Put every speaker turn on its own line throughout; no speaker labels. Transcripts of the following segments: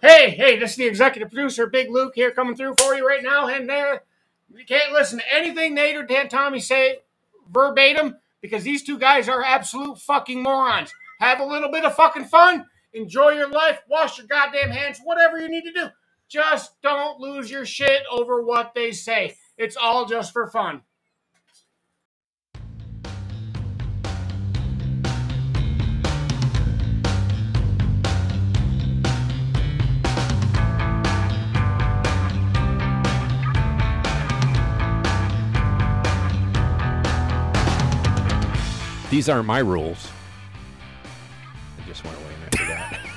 Hey, hey, this is the executive producer, Big Luke, here coming through for you right now. And there, you can't listen to anything Nate or Dan Tommy say verbatim because these two guys are absolute fucking morons. Have a little bit of fucking fun, enjoy your life, wash your goddamn hands, whatever you need to do. Just don't lose your shit over what they say. It's all just for fun.
These aren't my rules. I just went away and I forgot.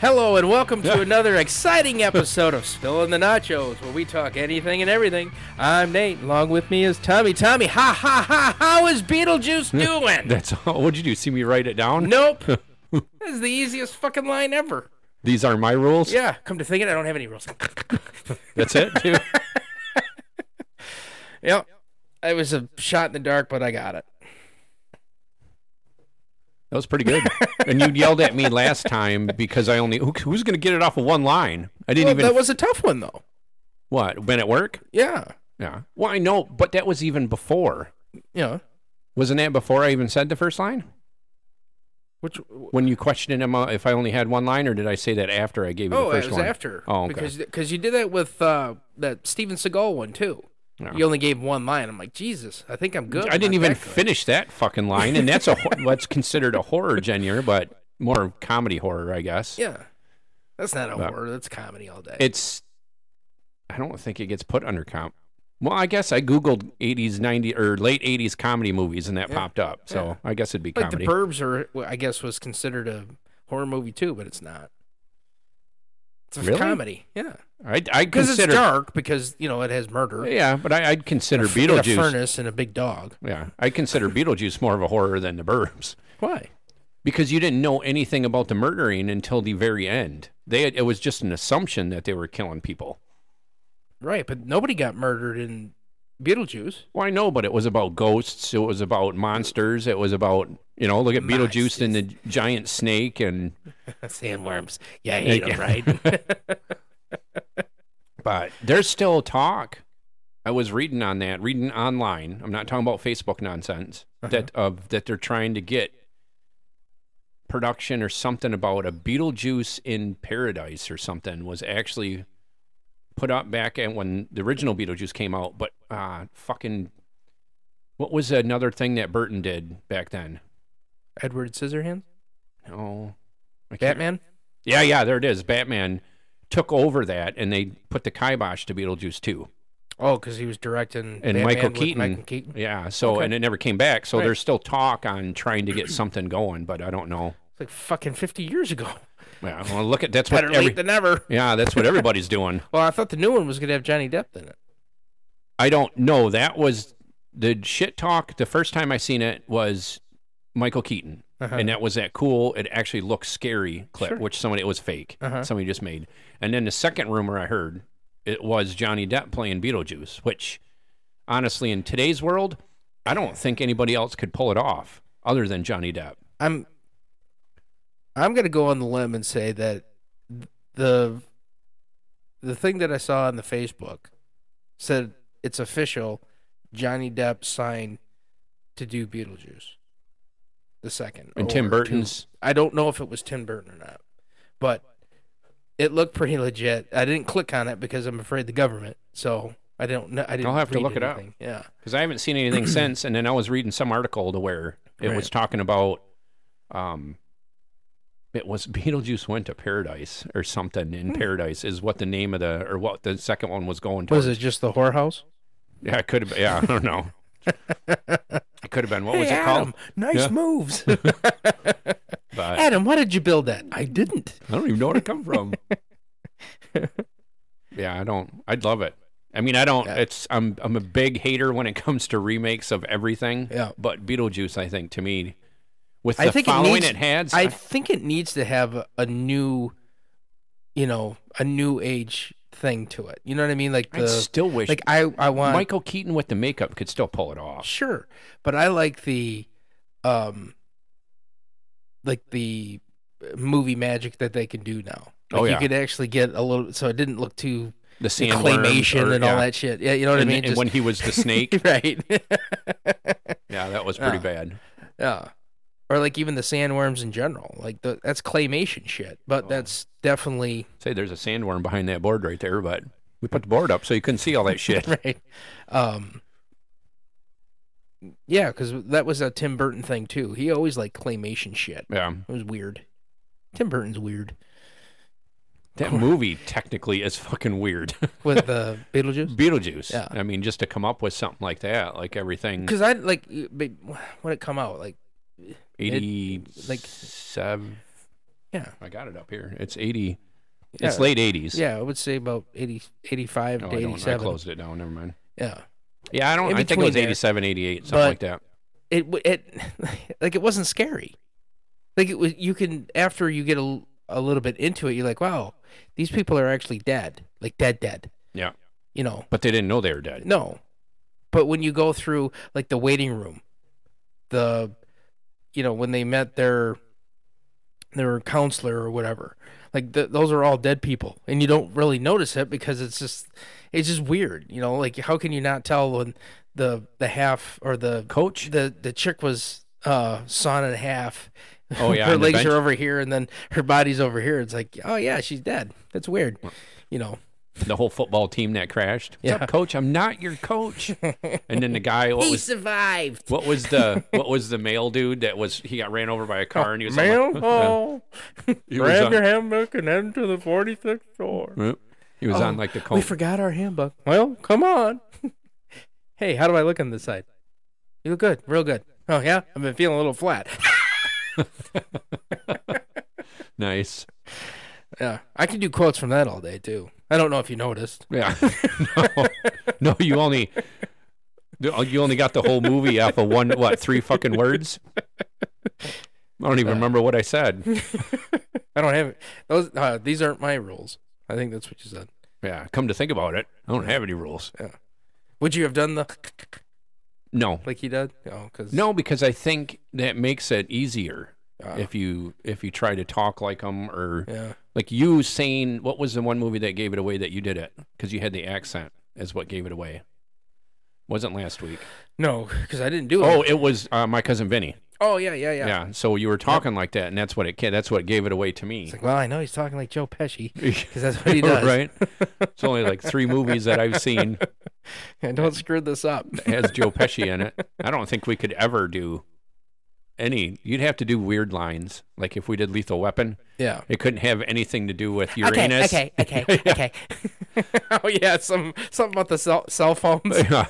Hello and welcome to
Yeah.
another exciting episode of Spilling the Nachos, where we talk anything and everything. I'm Nate. and Along with me is Tommy. Tommy, ha ha ha! How is Beetlejuice doing?
That's all. What'd you do? See me write it down?
nope. This is the easiest fucking line ever.
These aren't my rules.
Yeah. Come to think of it, I don't have any rules.
That's it. Dude.
yep. It was a shot in the dark, but I got it.
That was pretty good. and you yelled at me last time because I only who, who's going to get it off of one line? I didn't
Well,
even
that was a tough one though.
what been at work.
Yeah.
Yeah. Well, I know, but that was even before.
Yeah.
Wasn't that before I even said the first line?
Which?
When you questioned him uh, if I only had one line, or did I say that after I gave you
Oh,
the
it
first
was
one?
after.
Oh, okay.
Because because you did that with uh, that Steven Seagal one too.
Yeah.
You only gave one line. I'm like, Jesus, I think I'm good.
I
I'm
didn't
not
even
that good."
finish that fucking line, and that's a ho- that's considered a horror genre, but more comedy horror, I guess.
Yeah, that's not a
But-
horror. That's comedy all day.
It's I don't think it gets put under comp. Well, I guess I googled 80s, 90s, or late 80s comedy movies, and that
Yeah.
popped up. So
Yeah.
I guess it'd be
like
comedy.
the Burbs are, well, I guess, was considered a horror movie too, but it's not. It's a
Really?
comedy. Yeah,
I I
because it's
consider
dark. Because you know it has murder.
yeah, but I, I'd consider
a f- and a
Beetlejuice.
furnace and a big dog.
Yeah, I consider Beetlejuice more of a horror than The Burbs.
Why?
because you didn't know anything about the murdering until the very end. They had, it was just an assumption that they were killing people.
Right, but nobody got murdered in Beetlejuice.
Well, I know, but it was about ghosts. It was about monsters. It was about you know, look at Beetlejuice and the g- giant snake, and
Sandworms. Yeah, I hate
Yeah.
them, right?
but there's still talk. I was reading on that, reading online. I'm not talking about Facebook nonsense. That of that they're trying to get production or something about a Beetlejuice in Paradise or something was actually put up back and when the original Beetlejuice came out, but uh fucking what was another thing that Burton did back then?
Edward Scissorhands.
No. I can't-
Batman.
Yeah, yeah, there it is. Batman took over that and they put the kibosh to Beetlejuice too.
Oh, because he was
And
directing Batman
Michael
with
Keaton.
Michael Keaton.
Yeah, so
Okay.
and it never came back. So
Right.
there's still talk on trying to get something going, but I don't know.
It's like fucking 50 years ago.
Yeah, well, look at that's what
Better
every,
late than never.
yeah, that's what everybody's doing.
Well, I thought the new one was going to have Johnny Depp in it.
I don't know. That was the shit talk. The first time I seen it was Michael Keaton,
Uh-huh.
and that was that cool. It actually looked scary clip,
Sure.
which somebody it was fake.
Uh-huh.
Somebody just made. And then the second rumor I heard it was Johnny Depp playing Beetlejuice, which honestly, in today's world, I don't think anybody else could pull it off other than Johnny Depp.
I'm I'm going to go on the limb and say that th- the the thing that I saw on the Facebook said it's official Johnny Depp signed to do Beetlejuice. The second.
And
or
Tim
to-
Burton's-
I don't know if it was Tim Burton or not. But it looked pretty legit. I didn't click on it because I'm afraid the government. So I don't know. I didn't
have to
read
look it up.
anything. Yeah.
because I haven't seen anything since. And then I was reading some article to where it was
Right.
talking about, um, it was Beetlejuice went to paradise or something.
Hmm.
In paradise is what the name of the or what the second one was going
Was
towards.
it just the whorehouse?
Yeah, it could have. Yeah, I don't know. it could have been. What was it called?
nice
Yeah.
moves.
But I
Adam, why did you build that? I didn't.
don't even know where it come from. yeah, I don't. I'd love it. I mean, I don't.
Yeah.
It's I'm I'm a big hater when it comes to remakes of everything.
Yeah.
But Beetlejuice, I think, to me, with the
I think
following
it, needs,
it had,
I think it needs to have a, a new, you know, a new age thing to it. You know what I mean? Like
I
the
still wish
like I I want
Michael Keaton with the makeup could still pull it off.
sure, but I like the, um, like the movie magic that they can do now.
Oh,
Like,
yeah.
You could actually get a little, so it didn't look too
The
the
sandworm
claymation
or-
and all
yeah.
that shit. Yeah, you know what
and,
I mean.
and when he was the snake,
right?
yeah, that was pretty
Yeah.
bad.
yeah, or like even the sandworms in general. Like the, that's claymation shit, but
Oh.
that's definitely
Say there's a sandworm behind that board right there, but we put the board up so you couldn't see all that shit.
right. Um, yeah, because that was a Tim Burton thing too. He always liked claymation shit.
Yeah,
It was weird. Tim Burton's weird
that movie technically is fucking weird.
with the Beetlejuice.
Beetlejuice.
Yeah.
I mean, just to come up with something like that, like everything
Because I like but when it come out, like
eighty
like-
seven.
Yeah.
I got it up here. It's eighty.
yeah,
It's late eighties.
Yeah, I would say about 80, 85
Oh,
to
I, don't, I
87.
closed it down. Never mind.
Yeah,
Yeah, I don't.
In
I think it was
between there.
87, 88, something
But-
like that.
it w- it like it wasn't scary. Like it was, you can after you get a, l- a little bit into it, you're like, wow, these people are actually dead, like dead, dead.
Yeah,
You know,
but they didn't know they were dead.
no. But when you go through like the waiting room, the you know when they met their their counselor or whatever, like th those are all dead people, and you don't really notice it because it's just it's just weird. You know, like how can you not tell when the the half or the
Coach.
the the chick was uh sawn in half.
Oh, yeah,
her
on the
legs
bench.
are over here, and then her body's over here. It's like, oh yeah, she's dead. That's weird. You know,
the whole football team that crashed. What's
Yeah.
up, coach? I'm not your coach. and then the guy, what was
survived.
what was the what was the male dude that was he got ran over by a car and he was all
Mail
like,
hall.
he was
Grab
on,
your handbook and head to the 46th door.
he was on like the
We
cone.
forgot our handbook. Well, come on. hey, how do I look on this side? You look good, real good. Oh yeah, I've been feeling a little flat.
nice.
yeah, I can do quotes from that all day too. I don't know if you noticed.
Yeah. no, no, you only you only got the whole movie off of one what three fucking words. I don't even remember what I said.
I don't have those. Uh, these aren't my rules. I think that's what you said.
Yeah, come to think about it, I don't have any rules.
Would you have done the
No,
like he did? Oh, No, because
no, because I think that makes it easier
Ah.
if you if you try to talk like them or
Yeah.
like you saying what was the one movie that gave it away that you did it because you had the accent is what gave it away. Wasn't last week.
No, because I didn't do it.
Oh, it was uh, my cousin Vinny.
Oh, yeah, yeah, yeah.
Yeah. So you were talking like that, and that's what it. ca- That's what gave it away to me.
It's like, well, I know he's talking like Joe Pesci because that's what he does.
right? It's only like three movies that I've seen
I don't screw this up.
that has Joe Pesci in it. I don't think we could ever do any. You'd have to do weird lines. Like if we did Lethal Weapon,
Yeah.
it couldn't have anything to do with Uranus.
okay, okay. oh yeah, some something about the cell, cell phones.
Yeah.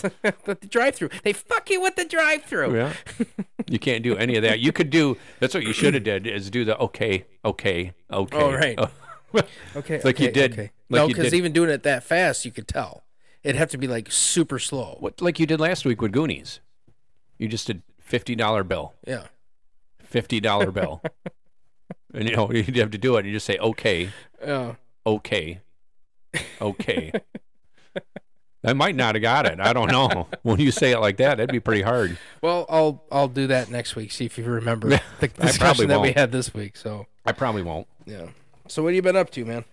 the drive-through. They fuck you with the drive-through.
Yeah. You can't do any of that. You could do. That's what you should have did is do the okay, okay, okay.
Oh, right.
Oh.
Okay.
Like you
okay,
did-
Okay.
like
no,
you
because
did-
even doing it that fast, you could tell. It'd have to be like super slow.
what like you did last week with Goonies. You just did fifty dollar bill.
Yeah.
fifty dollar bill. and you know, you'd have to do it. You just say, okay,
Yeah.
okay, okay. I might not have got it. I don't know. When you say it like that, that'd be pretty hard.
Well, I'll I'll do that next week. See if you remember
Yeah,
the
I probably
discussion that we
won't.
had this week. So
I probably won't.
yeah. So what have you been up to, man?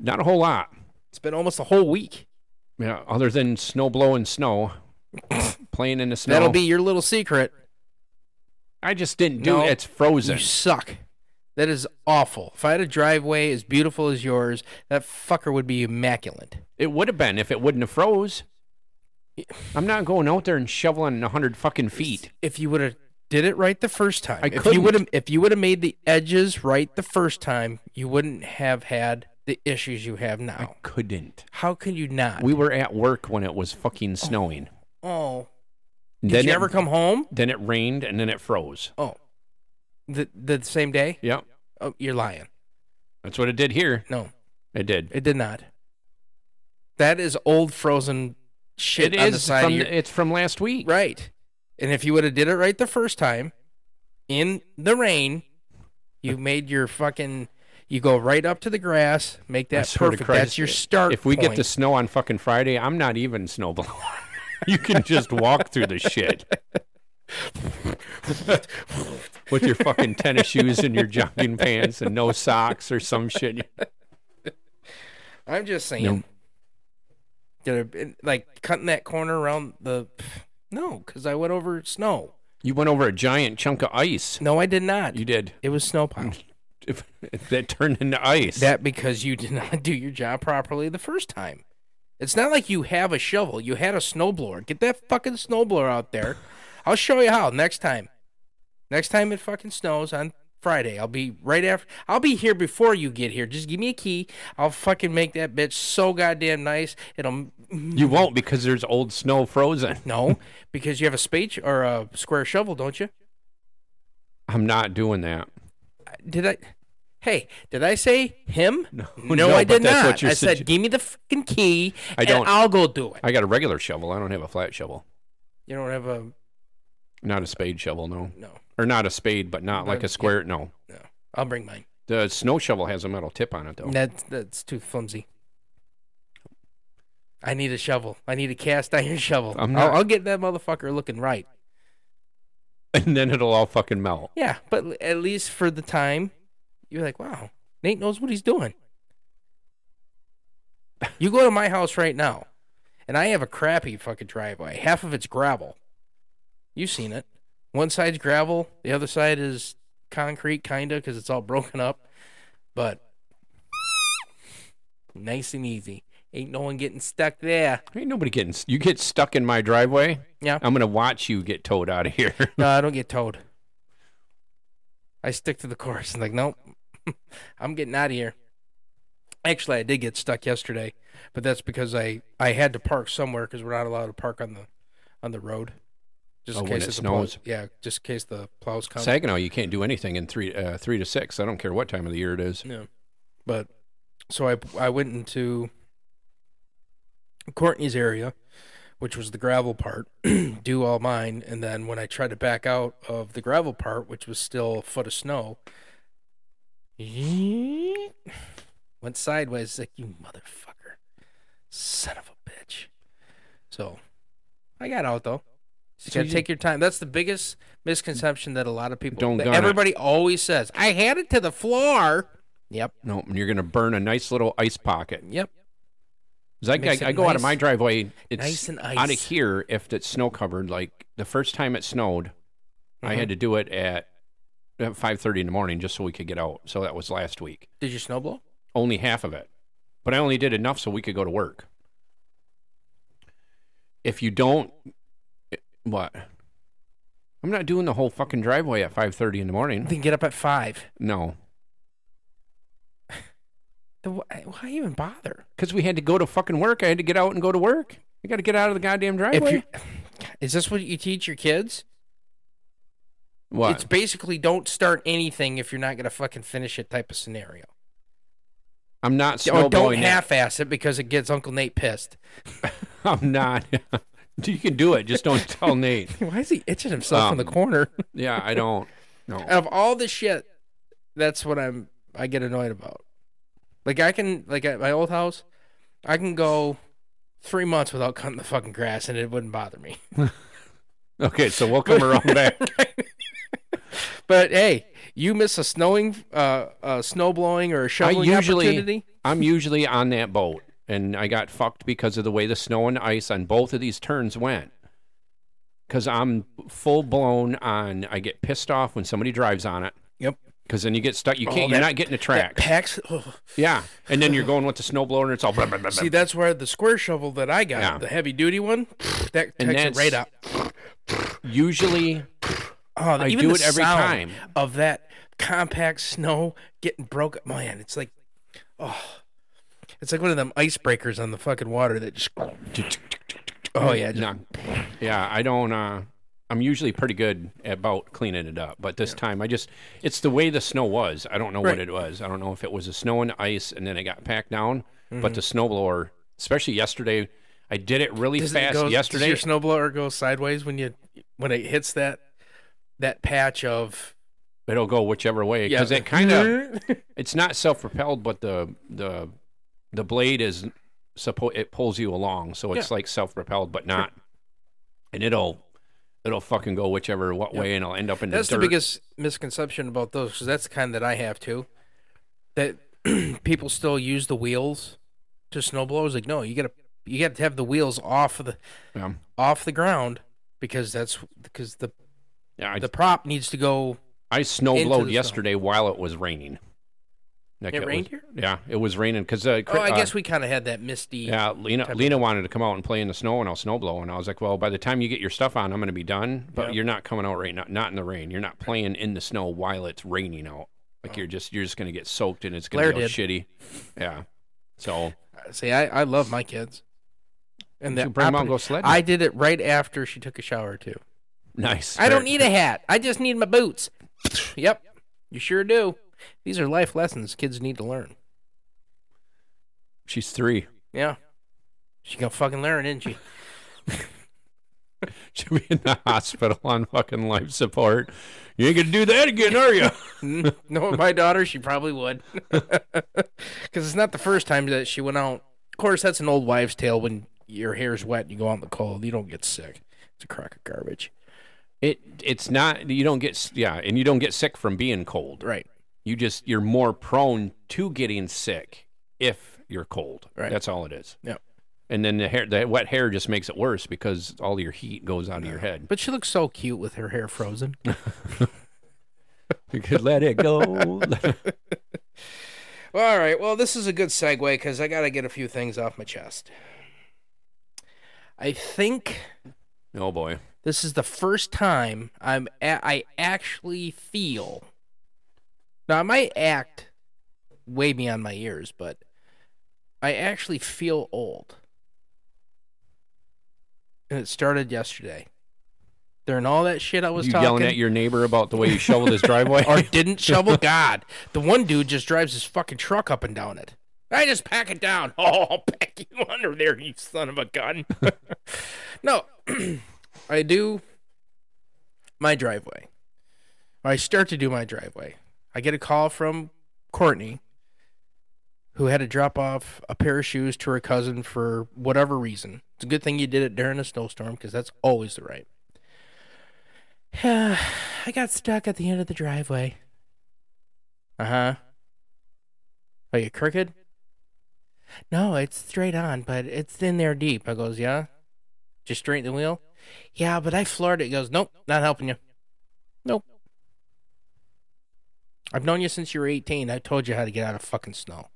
Not a whole lot.
It's been almost a whole week.
You know, other than snow blowing snow, playing in the snow.
That'll be your little secret.
I just didn't do
No.
it. It's frozen.
You suck. That is awful. If I had a driveway as beautiful as yours, that fucker would be immaculate.
It would have been if it wouldn't have froze. I'm not going out there and shoveling a hundred fucking feet.
If you would have did it right the first time,
I
if you
couldn't.
would have if you would have made the edges right the first time, you wouldn't have had the issues you have now.
Couldn't.
How can you not?
We were at work when it was fucking snowing.
oh,
Did
did you ever come home?
Then it rained and then it froze.
Oh, the the same day?
Yep.
Oh, you're lying.
That's what it did here.
No,
It did.
it did not. That is old frozen shit
It
on the
is
side
from
of your
it's from last week.
Right. And if you would have did it right the first time, in the rain, you made your fucking. You go right up to the grass, make
I
that
swear to
perfect.
Christ,
That's your start.
If we get
point.
the snow on fucking Friday, I'm not even snowblowing. you can just walk through the shit. with your fucking tennis shoes and your jogging pants and no socks or some shit.
I'm just saying.
No.
Did I- it- like cutting that corner around the. No, because I went over snow.
You went over a giant chunk of ice.
No, I did not.
You Mm. did.
It was snow pile.
If- if that turned into ice.
That because you did not do your job properly the first time. It's not like you have a shovel. You had a snowblower. Get that fucking snowblower out there. I'll show you how next time. Next time it fucking snows on Friday. I'll be right after. I'll be here before you get here. Just give me a key. I'll fucking make that bitch so goddamn nice. It'll
you won't because there's old snow frozen.
no because you have a spade or a square shovel, don't you?
I'm not doing that.
Did I? Hey, did I say him? No,
no,
I
but
did
that's
not.
what you're
I
sugge-
said, give me the fucking key,
I don't-
and I'll go do it.
I got a regular shovel. I don't have a flat shovel.
You don't have a
Not a spade shovel, no.
no,
Or not a spade, but not like
But-
a square. No.
no. I'll bring mine.
The snow shovel has a metal tip on it, though.
That's that's too flimsy. I need a shovel. I need a cast iron shovel.
I'm
I'll-
not-
I'll get that motherfucker looking right.
And then it'll all fucking melt.
Yeah, but l- at least for the time, you're like, wow, Nate knows what he's doing. You go to my house right now, and I have a crappy fucking driveway. Half of it's gravel. You've seen it. One side's gravel, the other side is concrete, kinda, because it's all broken up. But nice and easy. Ain't no one getting stuck there.
Ain't nobody getting. s- You get stuck in my driveway.
Yeah.
I'm gonna watch you get towed out of here.
No, I don't get towed. I stick to the course. I'm like, nope, I'm getting out of here. Actually, I did get stuck yesterday, but that's because I I had to park somewhere because we're not allowed to park on the on the road. Just
Oh,
in
when
case
it
the plows-
snows.
yeah, just in case the plows come.
Saginaw, you can't do anything in three uh, three to six. I don't care what time of the year it is.
Yeah. But so I I went into Courtney's area, which was the gravel part, do all mine, and then when I tried to back out of the gravel part, which was still a foot of snow, went sideways like you motherfucker, son of a bitch. So I got out though.
So
You gotta
you-
take your time. That's the biggest misconception that a lot of people
Don't
that
gun it.
everybody always says. I had it to the floor. Yep.
No, and you're gonna burn a nice little ice pocket.
Yep.
'Cause I,
Makes
I-
it
I go out of my
nice-
driveway. It's
nice and
out of
ice.
here if it's snow covered. Like the first time it snowed, I
Uh-huh. Mm-hmm.
had to do it at at five thirty in the morning just so we could get out. So that was last week.
Did you snowblow?
Only half of it, but I only did enough so we could go to work. If you don't, it- what? I'm not doing the whole fucking driveway at five thirty in the morning.
Then get up at five.
No,
Then wh- eh, why even bother?
because we had to go to fucking work. I had to get out and go to work. I got to get out of the goddamn driveway.
If you, is this what you teach your kids?
what?
It's basically don't start anything if you're not gonna fucking finish it type of scenario.
I'm not
or Oh, don't
snowblowing it.
half-ass it because it gets Uncle Nate pissed.
I'm not. you can do it. Just don't tell Nate.
Why is he itching himself in the
Um,
corner?
Yeah, I don't. No.
Out of all the shit, that's what I'm. I get annoyed about. Like I can, like at my old house, I can go three months without cutting the fucking grass, and it wouldn't bother me.
Okay, so we'll come around back.
But hey, you miss a snowing, uh, a snow blowing or a
I
shoveling
usually,
opportunity.
I'm usually on that boat, and I got fucked because of the way the snow and ice on both of these turns went. Because I'm full blown on. I get pissed off when somebody drives on it.
Yep.
Because then you get stuck. You can't.
Oh,
you're
that-
not getting a track.
Packs. oh.
yeah. And then you're going with the snowblower, and it's all. Blah, blah, blah,
See, that's where the square shovel that I got,
Yeah.
the heavy duty one, that
And
takes it
that's-
right up.
Usually,
Oh,
I
even
do
the
it every
sound
time.
of that compact snow getting broke. Man, it's like, oh, it's like one of them icebreakers on the fucking water that just. Oh yeah, just-
No. Yeah, I don't. Uh, I'm usually pretty good about cleaning it up, but this time I just, it's the way the snow was. I don't know what
Right.
it was. I don't know if it was the snow and ice and then it got packed down,
Mm-hmm.
but the snowblower, especially yesterday, I did it really
Does it
fast
go- does
yesterday.
your snowblower go sideways when you when it hits that that patch of
It'll go whichever way because it kind of, it's not self propelled, but the, the, the blade is supposed, it pulls you along. So it's like self propelled, but not, and it'll, it'll fucking go whichever what way, and I'll end up in
That's
the
the
dirt.
biggest misconception about those because that's the kind that I have too. That people still use the wheels to snowblowers. Like, no, you gotta you got to have the wheels off of the
Yeah.
off the ground because that's because the
Yeah, I,
the prop needs to go.
I snow
into the
blowed
snow.
yesterday while it was raining. Like,
It
was-
rained here?
Yeah, it was raining because uh,
Oh,
Chri-
I
uh,
guess we kind of had that misty.
Yeah, Lena,
of-
Lena wanted to come out and play in the snow, and I'll snow blow. And I was like, well, by the time you get your stuff on, I'm going to be done. But
Yeah.
you're not coming out right now, not in the rain. You're not playing in the snow while it's raining out. Like you're just you're just going to get soaked, and it's going
Oh. Blair
to be all
did.
shitty. Yeah. So
uh, See, I, I love my kids. And
You
the
should bring 'em out and
oppor-
go sledding.
I did it right after she took a shower too.
nice.
I don't
Very-
need a hat. I just need my boots. yep, you sure do. These are life lessons kids need to learn.
She's three.
Yeah, she gonna fucking learn, isn't she?
She'll be in the hospital on fucking life support. You ain't going to do that again, are you?
Mm, Knowing my daughter, she probably would. Because it's not the first time that she went out. Of course, that's an old wives' tale. When your hair's wet and you go out in the cold, you don't get sick. It's a crock of garbage.
It it's not you don't get s- yeah, and you don't get sick from being cold.
Right.
You just you're more prone to getting sick if you're cold.
Right.
That's all it is.
Yep.
And then the hair, the wet hair, just makes it worse because all your heat goes out of your head.
But she looks so cute with her hair frozen.
You could let it go.
All right. Well, this is a good segue because I got to get a few things off my chest. I think
oh boy.
this is the first time I'm a- I actually feel. Now I might act way beyond my years, but I actually feel old. And it started yesterday. During all that shit I was
you
talking
yelling at your neighbor about the way you shoveled his driveway?
or didn't shovel. God, the one dude just drives his fucking truck up and down it. I just pack it down. Oh, I'll pack you under there, you son of a gun. no, I do my driveway. I start to do my driveway. I get a call from Courtney, who had to drop off a pair of shoes to her cousin for whatever reason. It's a good thing you did it during a snowstorm because that's always the right. I got stuck at the end of the driveway. Uh huh. Are you crooked? No, it's straight on, but it's in there deep. I goes, yeah. Just straighten the wheel. Yeah, but I floored it. He goes, nope, not helping you. Nope. I've known you since you were 18. I told you how to get out of fucking snow.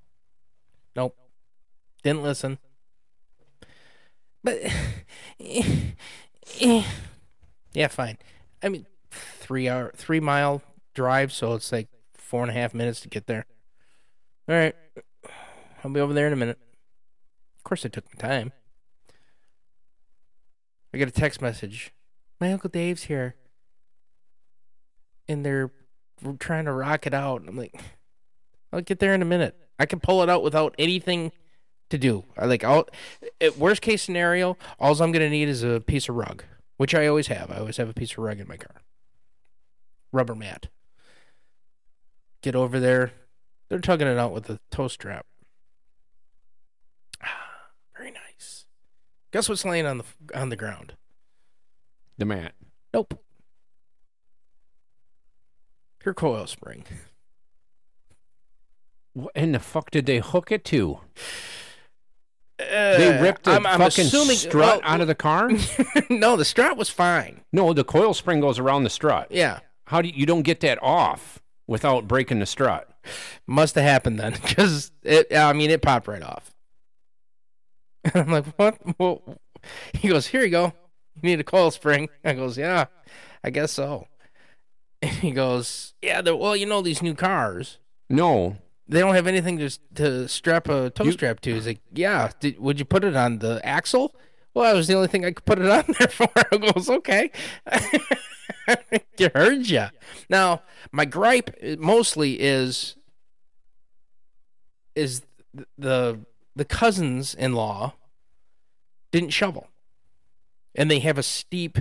Nope. Didn't listen. But eh, yeah, fine. I mean, three hour, three mile drive, so it's like four and a half minutes to get there. All right, I'll be over there in a minute. Of course, it took my time. I get a text message. My uncle Dave's here, and they're r- trying to rock it out. I'm like, I'll get there in a minute. I can pull it out without anything to do. I like, I'll. At worst case scenario, all I'm gonna need is a piece of rug which I always have. I always have a piece of rug in my car, rubber mat. Get over there. They're tugging it out with a toe strap. Ah, Very nice. Guess what's laying on the on the ground?
the mat.
Nope. Her coil spring.
What in the fuck did they hook it to?
Uh,
They ripped the
I'm- I'm
fucking
assuming-
strut
well,
out of the car.
no, the strut was fine.
no, the coil spring goes around the strut.
Yeah,
How do you, you don't get that off without breaking the strut?
must have happened then, because it. I mean, it popped right off. And I'm like, what? Well, he goes, here you go. You need a coil spring. I goes, yeah, I guess so. And he goes, yeah. they're- Well, you know these new cars,
No,
they don't have anything to to strap a toe
You-
strap to. He's like, yeah. Did, would you put it on the axle? Well, that was the only thing I could put it on there for. I goes, okay. you heard ya. Now, my gripe eh, mostly is is th- the the cousins in law didn't shovel, and they have a steep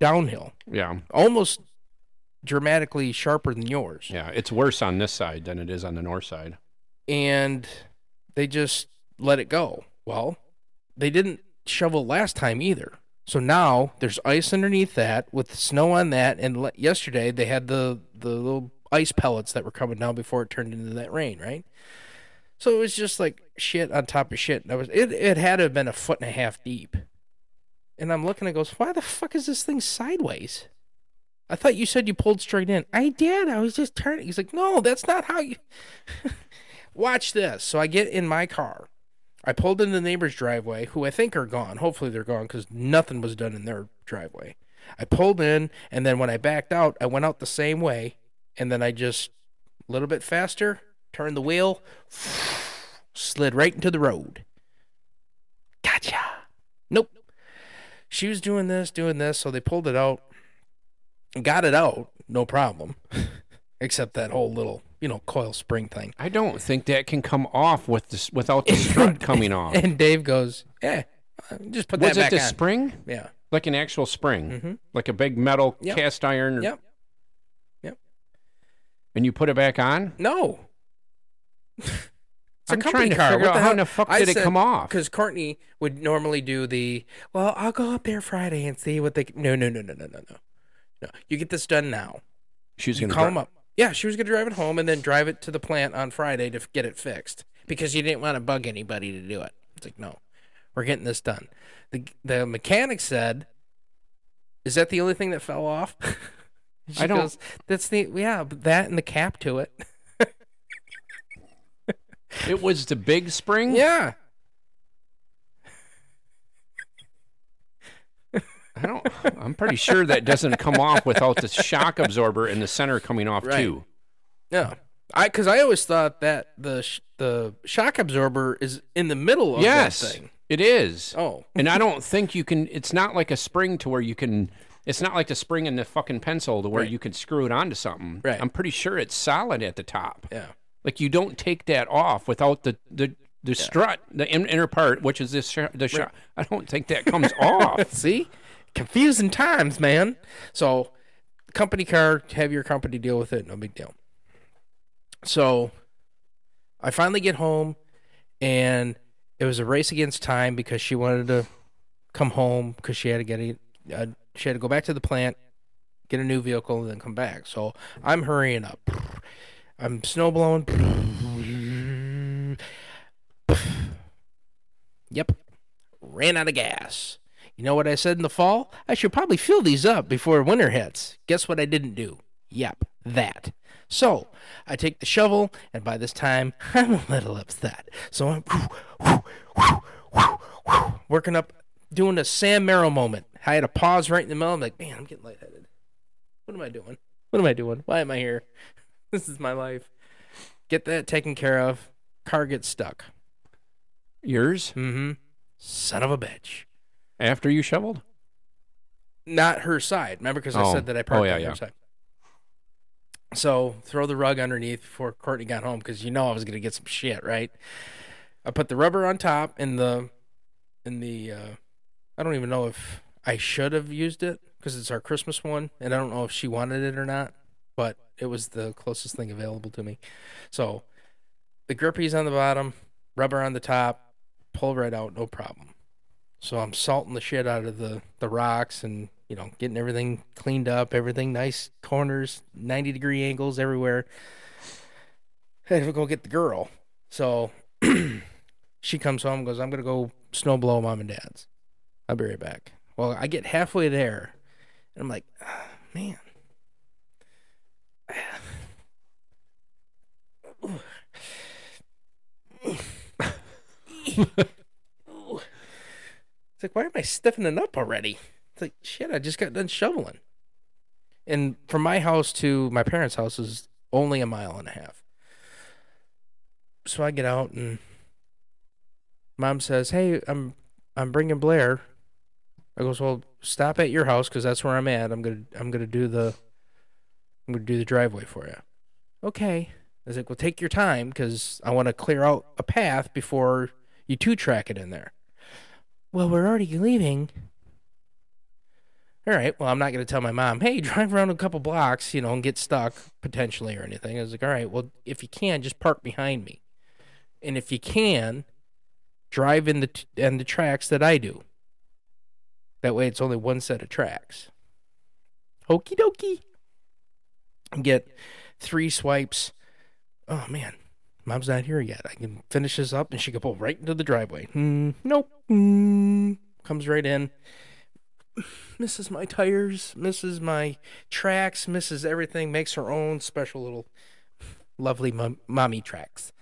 downhill,
yeah,
almost dramatically sharper than yours.
yeah. It's worse on this side than it is on the north side.
and they just let it go. Well, they didn't shovel last time either. So now there's ice underneath that with snow on that. And le- yesterday they had the, the little ice pellets that were coming down before it turned into that rain, right? So it was just like shit on top of shit. And I was it, it had to have been a foot and a half deep. And I'm looking and goes, Why the fuck is this thing sideways? I thought you said you pulled straight in. I did. I was just turning. He's like, No, that's not how you watch this. So I get in my car. I pulled into the neighbor's driveway, who I think are gone. Hopefully they're gone because nothing was done in their driveway. I pulled in, and then when I backed out, I went out the same way, and then I just a little bit faster, turned the wheel, slid right into the road. Gotcha. Nope. She was doing this, doing this, so they pulled it out, got it out, no problem, except that whole little, you know, coil spring thing.
I don't think that can come off with this without the strut coming off.
And Dave goes, "Yeah, just put that
Was it
back
the
on."
spring?
yeah,
Like an actual spring,
Mhm.
like a big metal
Yep.
cast iron,
yep.
and you put it back on.
No. it's
I'm trying to figure out how in the fuck did it come off?
Because Courtney would normally do the well, I'll go up there Friday and see what they. c-" No, no, no, no, no, no, no. No, you get this done now.
She's
You
gonna
call
dri-
them up. Yeah, she was gonna drive it home and then drive it to the plant on Friday to f- get it fixed because you didn't want to bug anybody to do it. It's like no, we're getting this done. The the mechanic said, "Is that the only thing that fell off?" She
I don't-
Goes, That's the yeah, but that and the cap to it.
It was the big spring.
yeah.
I don't. I'm pretty sure that doesn't come off without the shock absorber and the center coming off
Right.
too.
No, I because I always thought that the sh- the shock absorber is in the middle of that
yes,
thing.
it is.
Oh,
And I don't think you can. It's not like a spring to where you can. It's not like the spring in the fucking pencil to where
Right.
you can screw it onto something.
Right.
I'm pretty sure it's solid at the top.
yeah,
Like you don't take that off without the the, the strut, the in, inner part, which is this sh- the shot. I don't think that comes off.
see, confusing times, man. So, company car, have your company deal with it. No big deal. So, I finally get home, and it was a race against time because she wanted to come home because she had to get a, uh, she had to go back to the plant, get a new vehicle, and then come back. So I'm hurrying up. I'm snow blowing. Yep, ran out of gas. You know what I said in the fall? I should probably fill these up before winter hits. Guess what I didn't do? Yep, that. So I take the shovel, and by this time I'm a little upset. So I'm working up, doing a Sam Merrill moment. I had a pause right in the middle. I'm like, man, I'm getting lightheaded. What am I doing? What am I doing? Why am I here? This is my life. Get that taken care of. Car gets stuck.
Yours
Mm-hmm. Son of a bitch.
after you shoveled.
not her side. Remember, because I
Oh.
said that I parked
Oh, yeah,
on
yeah.
her side. So throw the rug underneath before Courtney got home because you know I was gonna get some shit, right? I put the rubber on top and the and the uh, I don't even know if I should have used it because it's our Christmas one, and I don't know if she wanted it or not, but it was the closest thing available to me. So the grippies on the bottom, rubber on the top, pull right out, no problem. So I'm salting the shit out of the the rocks and you know getting everything cleaned up, everything nice corners, 90 degree angles everywhere. I had to go get the girl. So she comes home and goes, "I'm gonna go snow blow mom and dad's. I'll be right back." Well, I get halfway there, and I'm like, "Ah, "Man." It's like, why am I stiffening up already? It's like, shit, I just got done shoveling. And from my house to my parents' house is only a mile and a half. So I get out and mom says, "Hey, I'm I'm bringing Blair." I goes, "Well, stop at your house because that's where I'm at. I'm gonna I'm gonna do the I'm gonna do the driveway for you." Okay. I was like, "Well, take your time because I want to clear out a path before you two track it in there." Well, we're already leaving. All right. Well, I'm not going to tell my mom, hey, drive around a couple blocks, you know, and get stuck potentially or anything. I was like, all right, well, if you can, just park behind me. And if you can, drive in the, t- in the tracks that I do. That way, it's only one set of tracks. Okie dokie. Get three swipes. Oh man, mom's not here yet. I can finish this up, and she can pull right into the driveway. Hmm, nope. Hmm, comes right in. Misses my tires. Misses my tracks. Misses everything. Makes her own special little lovely mom- mommy tracks.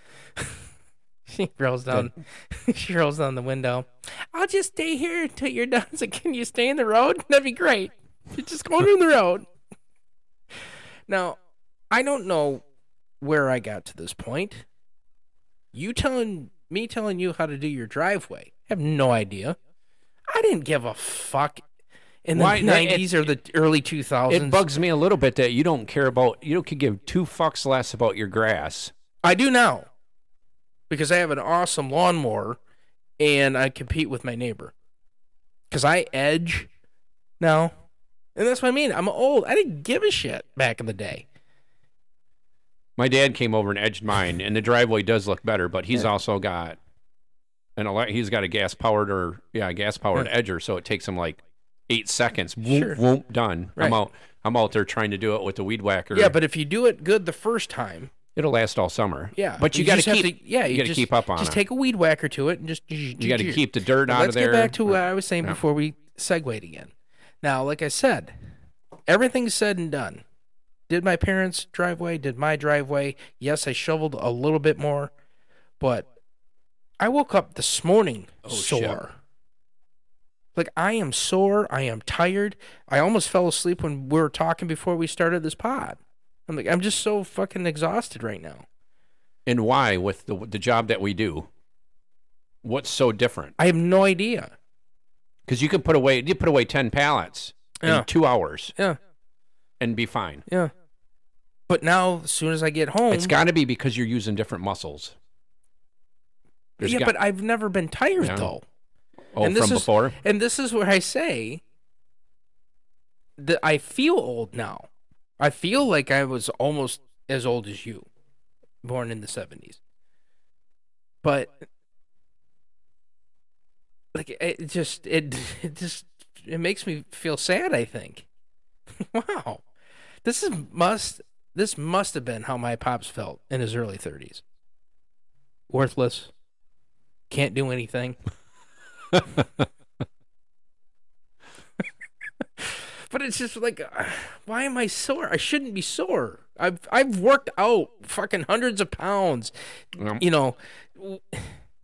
she rolls down. she rolls down the window. I'll just stay here until you're done. So can you stay in the road? That'd be great. You're just going in the road. Now, I don't know where I got to this point. You telling me telling you how to do your driveway? I have no idea. I didn't give a fuck in the
Why- it-
nineties or the early two thousands.
It bugs me a little bit that you don't care about, you could give two fucks less about your grass.
I do now because I have an awesome lawnmower and I compete with my neighbor because I edge now. And that's what I mean. I'm old. I didn't give a shit back in the day.
My dad came over and edged mine, and the driveway does look better, but he's also got an ele- he's got a gas powered or yeah gas powered edger, so it takes him like eight seconds. Whoop,
Sure.
whoop, done.
Right.
I'm out. I'm out there trying to do it with the weed whacker.
Yeah, but if you do it good the first time,
it'll last all summer.
yeah.
but you, got
just have
keep
yeah,
you, got to
just-
keep up on
Just
it.
take a weed whacker to it and just you
you got to keep the dirt
Now,
out
let's
of there.
get back to what I was saying before we segued again. Now, like I said, everything's said and done. Did my parents' driveway? Did my driveway? Yes, I shoveled a little bit more, but I woke up this morning
Oh, shit.
sore. Like I am sore. I am tired. I almost fell asleep when we were talking before we started this pod. I'm like, I'm just so fucking exhausted right now.
and why with the the job that we do. What's so different?
I have no idea.
Because you can put away you put away ten pallets
Yeah.
in two hours
Yeah,
and be fine.
yeah. But now, as soon as I get home,
It's got to be because you're using different muscles. There's
yeah,
got-
but I've never been tired
Yeah.
though.
oh, from
and this is-
before.
And this is where I say that I feel old now. I feel like I was almost as old as you, born in the 70s. But like it just it it just it makes me feel sad, I think. wow. This is must this must have been how my pops felt in his early 30s. Worthless. Can't do anything. But it's just like, uh, why am I sore? I shouldn't be sore. I've I've worked out fucking hundreds of pounds.
Um,
You know, w-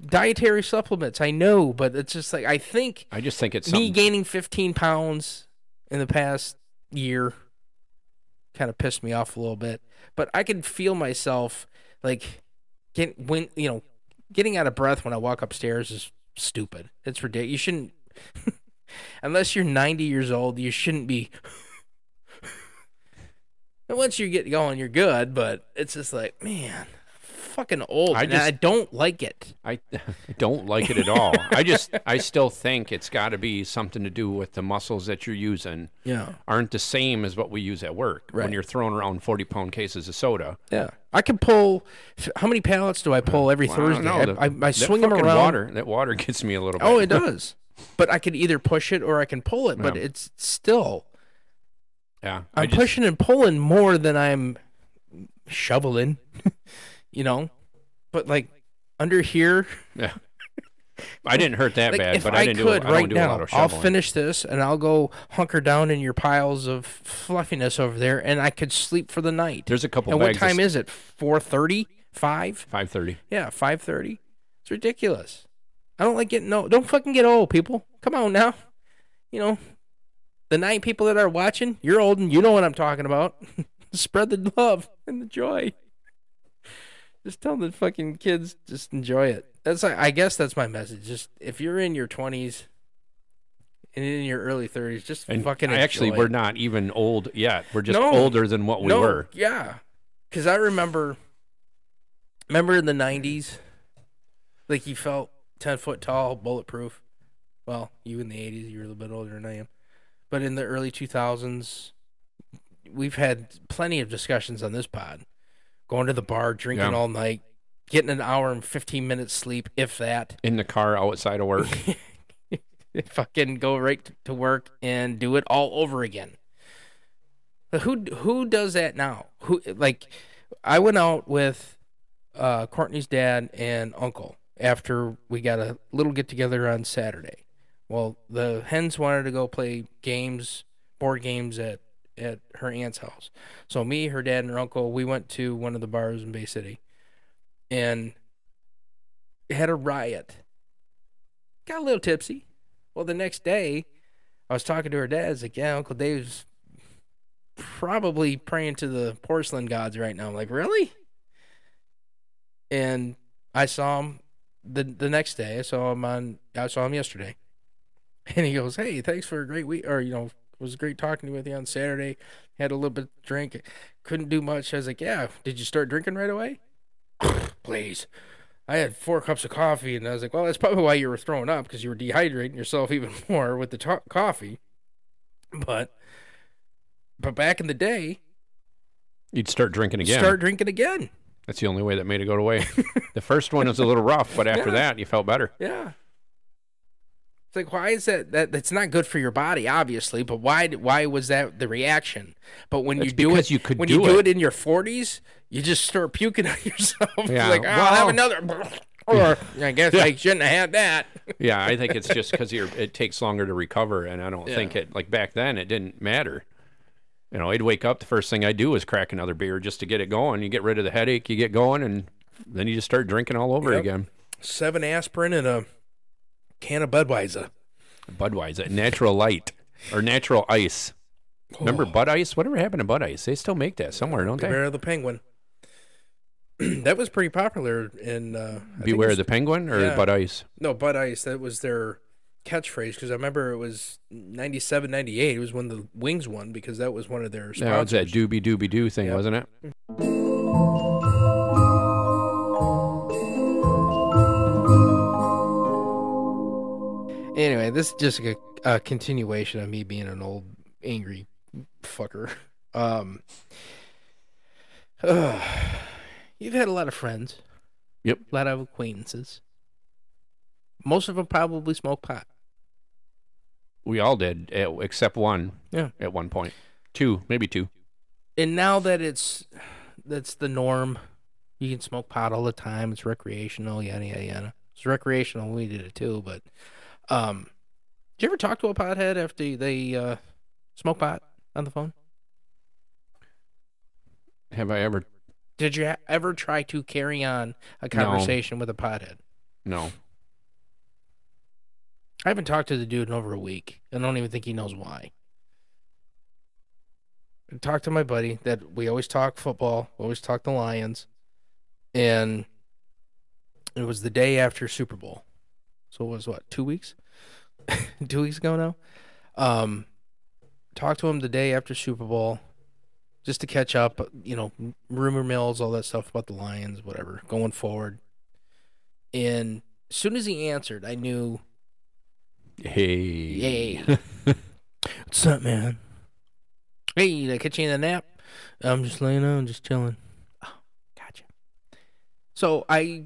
dietary supplements. I know, but it's just like I think
I just think it's
me
something.
gaining 15 pounds in the past year kind of pissed me off a little bit. But I can feel myself like get when you know getting out of breath when I walk upstairs is stupid. It's ridiculous. You shouldn't unless you're 90 years old, you shouldn't be. And once you get going, you're good. But it's just like man, fucking old.
I
and
just-
I don't like it.
I don't like it at all. I just I still think it's got to be something to do with the muscles that you're using
Yeah.
aren't the same as what we use at work
Right.
when you're throwing around 40 pound cases of soda.
Yeah, I can pull. How many pallets do I pull every
Well, I don't
Thursday?
know,
I,
the-
I, I
that
swing them
fucking
around.
Water, that water gets me a little bit.
Oh, it does. But I can either push it or I can pull it. But
Yeah.
it's still
Yeah. I
I'm
just-
pushing and pulling more than I'm shoveling. you know, but like under here,
Yeah. I didn't hurt that
like
bad,
if
but
I,
I, didn't
could
do, I
right
don't do a lot
now,
of
I'll
shoveling.
finish this and I'll go hunker down in your piles of fluffiness over there, and I could sleep for the night.
There's a couple
and what
bags.
time is it? Four thirty? Five?
5:30.
Yeah, five thirty. It's ridiculous. I don't like getting old. Don't fucking get old, people. Come on now. You know, the nine people that are watching, you're old and you know what I'm talking about. Spread the love and the joy. Just tell the fucking kids, just enjoy it. That's I I guess that's my message. Just if you're in your twenties and in your early thirties, just
And
fucking enjoy
actually,
it.
we're not even old yet. We're just
No.
older than what we
no,
were.
Yeah, because I remember, remember in the '90s, like you felt ten foot tall, bulletproof. Well, you in the '80s, you were a little bit older than I am, but in the early 2000s, we've had plenty of discussions on this pod, going to the bar, drinking
Yeah.
all night, getting an hour and 15 minutes sleep, if that.
in the car outside of work.
fucking go right t- to work and do it all over again. But Who who does that now? Who like I went out with uh, Courtney's dad and uncle after we got a little get together on Saturday. Well, the hens wanted to go play games, board games at at her aunt's house. So me, her dad, and her uncle, we went to one of the bars in Bay City, and had a riot. Got a little tipsy. Well, the next day, I was talking to her dad. I was like, "Yeah, Uncle Dave's probably praying to the porcelain gods right now." I'm like, "Really?" And I saw him the the next day. I saw him on. I saw him yesterday, and he goes, "Hey, thanks for a great week." Or you know, it was great talking with you on Saturday. Had a little bit of drink. Couldn't do much. I was like, "Yeah, did you start drinking right away?" Please. I had four cups of coffee, and I was like, well, that's probably why you were throwing up because you were dehydrating yourself even more with the to- coffee. But, but back in the day,
You'd start drinking again.
start drinking again.
That's the only way that made it go away. the first one was a little rough, but after
Yeah.
that, you felt better.
Yeah. It's like why is that that that's not good for your body, obviously, but why d- why was that the reaction? But when
That's
you do
because
it,
you could
when
do
you do
it.
it in your forties, you just start puking on yourself.
Yeah,
like oh, I'll
well-
have another, or I guess I shouldn't have had that.
Yeah, I think it's just because it takes longer to recover, and I don't
Yeah.
think it like back then it didn't matter. You know, I'd wake up the first thing I do was crack another beer just to get it going. You get rid of the headache, you get going, and then you just start drinking all over
Yep.
again.
Seven aspirin and a can of Budweiser.
Budweiser, natural light or natural ice.
Oh.
Remember Bud Ice? Whatever happened to Bud Ice? They still make that somewhere, don't they?
Beware of the penguin. that was pretty popular in uh, I think it
Beware
was-
the Penguin or
Yeah.
Bud Ice?
No, Bud Ice, that was their catchphrase because I remember it was 97, 98. It was when the Wings won because that was one of their
Yeah, it's
sponsors.
that doobie doobie doo thing,
Yep.
wasn't it?
Anyway, this is just a, a continuation of me being an old angry fucker. Um, ugh. you've had a lot of friends.
Yep.
A lot of acquaintances. Most of them probably smoke pot.
We all did, eh, except one.
Yeah.
At one point, two, maybe two.
and now that it's that's the norm, you can smoke pot all the time. It's recreational, yada yada yada. It's recreational. We did it too, but um, did you ever talk to a pothead after they uh, smoke pot on the phone?
Have I ever?
Did you ever try to carry on a conversation with a pothead?
No.
I haven't talked to the dude in over a week. I don't even think he knows why. I talked to my buddy that we always talk football, we always talk the Lions, and it was the day after Super Bowl. So it was what, two weeks? two weeks ago now? Um talked to him the day after Super Bowl just to catch up, you know, rumor mills, all that stuff about the Lions, whatever, going forward. And as soon as he answered, I knew
Hey.
Yay. What's up, man? Hey, did I catch you in a nap? I'm just laying down, just chilling. Oh, gotcha. So I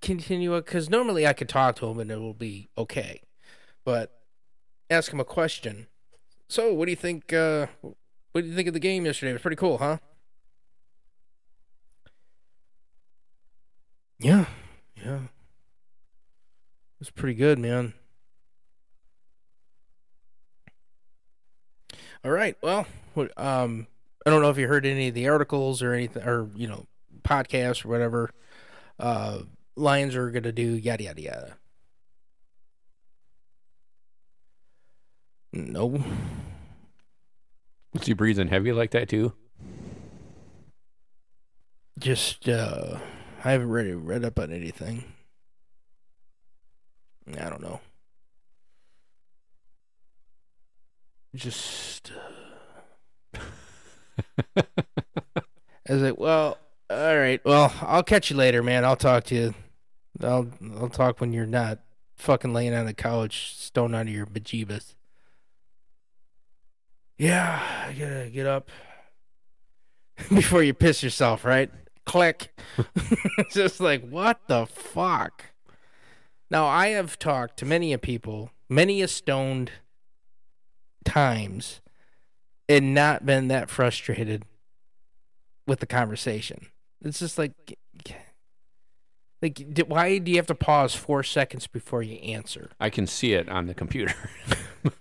continue because normally I could talk to him and it will be okay, but ask him a question. So, what do you think? Uh, what do you think of the game yesterday? It was pretty cool, huh? Yeah, yeah. It was pretty good, man. All right. Well, what- um, I don't know if you heard any of the articles or anything, or you know, podcasts or whatever. Uh, Lions are gonna do yada yada yada. No,
Was he breathing heavy like that too?
just uh, I haven't really read up on anything. I don't know. Just uh, I was like, "Well, all right. Well, I'll catch you later, man. I'll talk to you. I'll I'll talk when you're not fucking laying on the couch, stoned out of your bejeebus." Yeah, I gotta get up before you piss yourself, right? Click. Just like what the fuck. Now I have talked to many a people many a stoned times and not been that frustrated with the conversation. It's just like, like, d- why do you have to pause four seconds before you answer?
I can see it on the computer.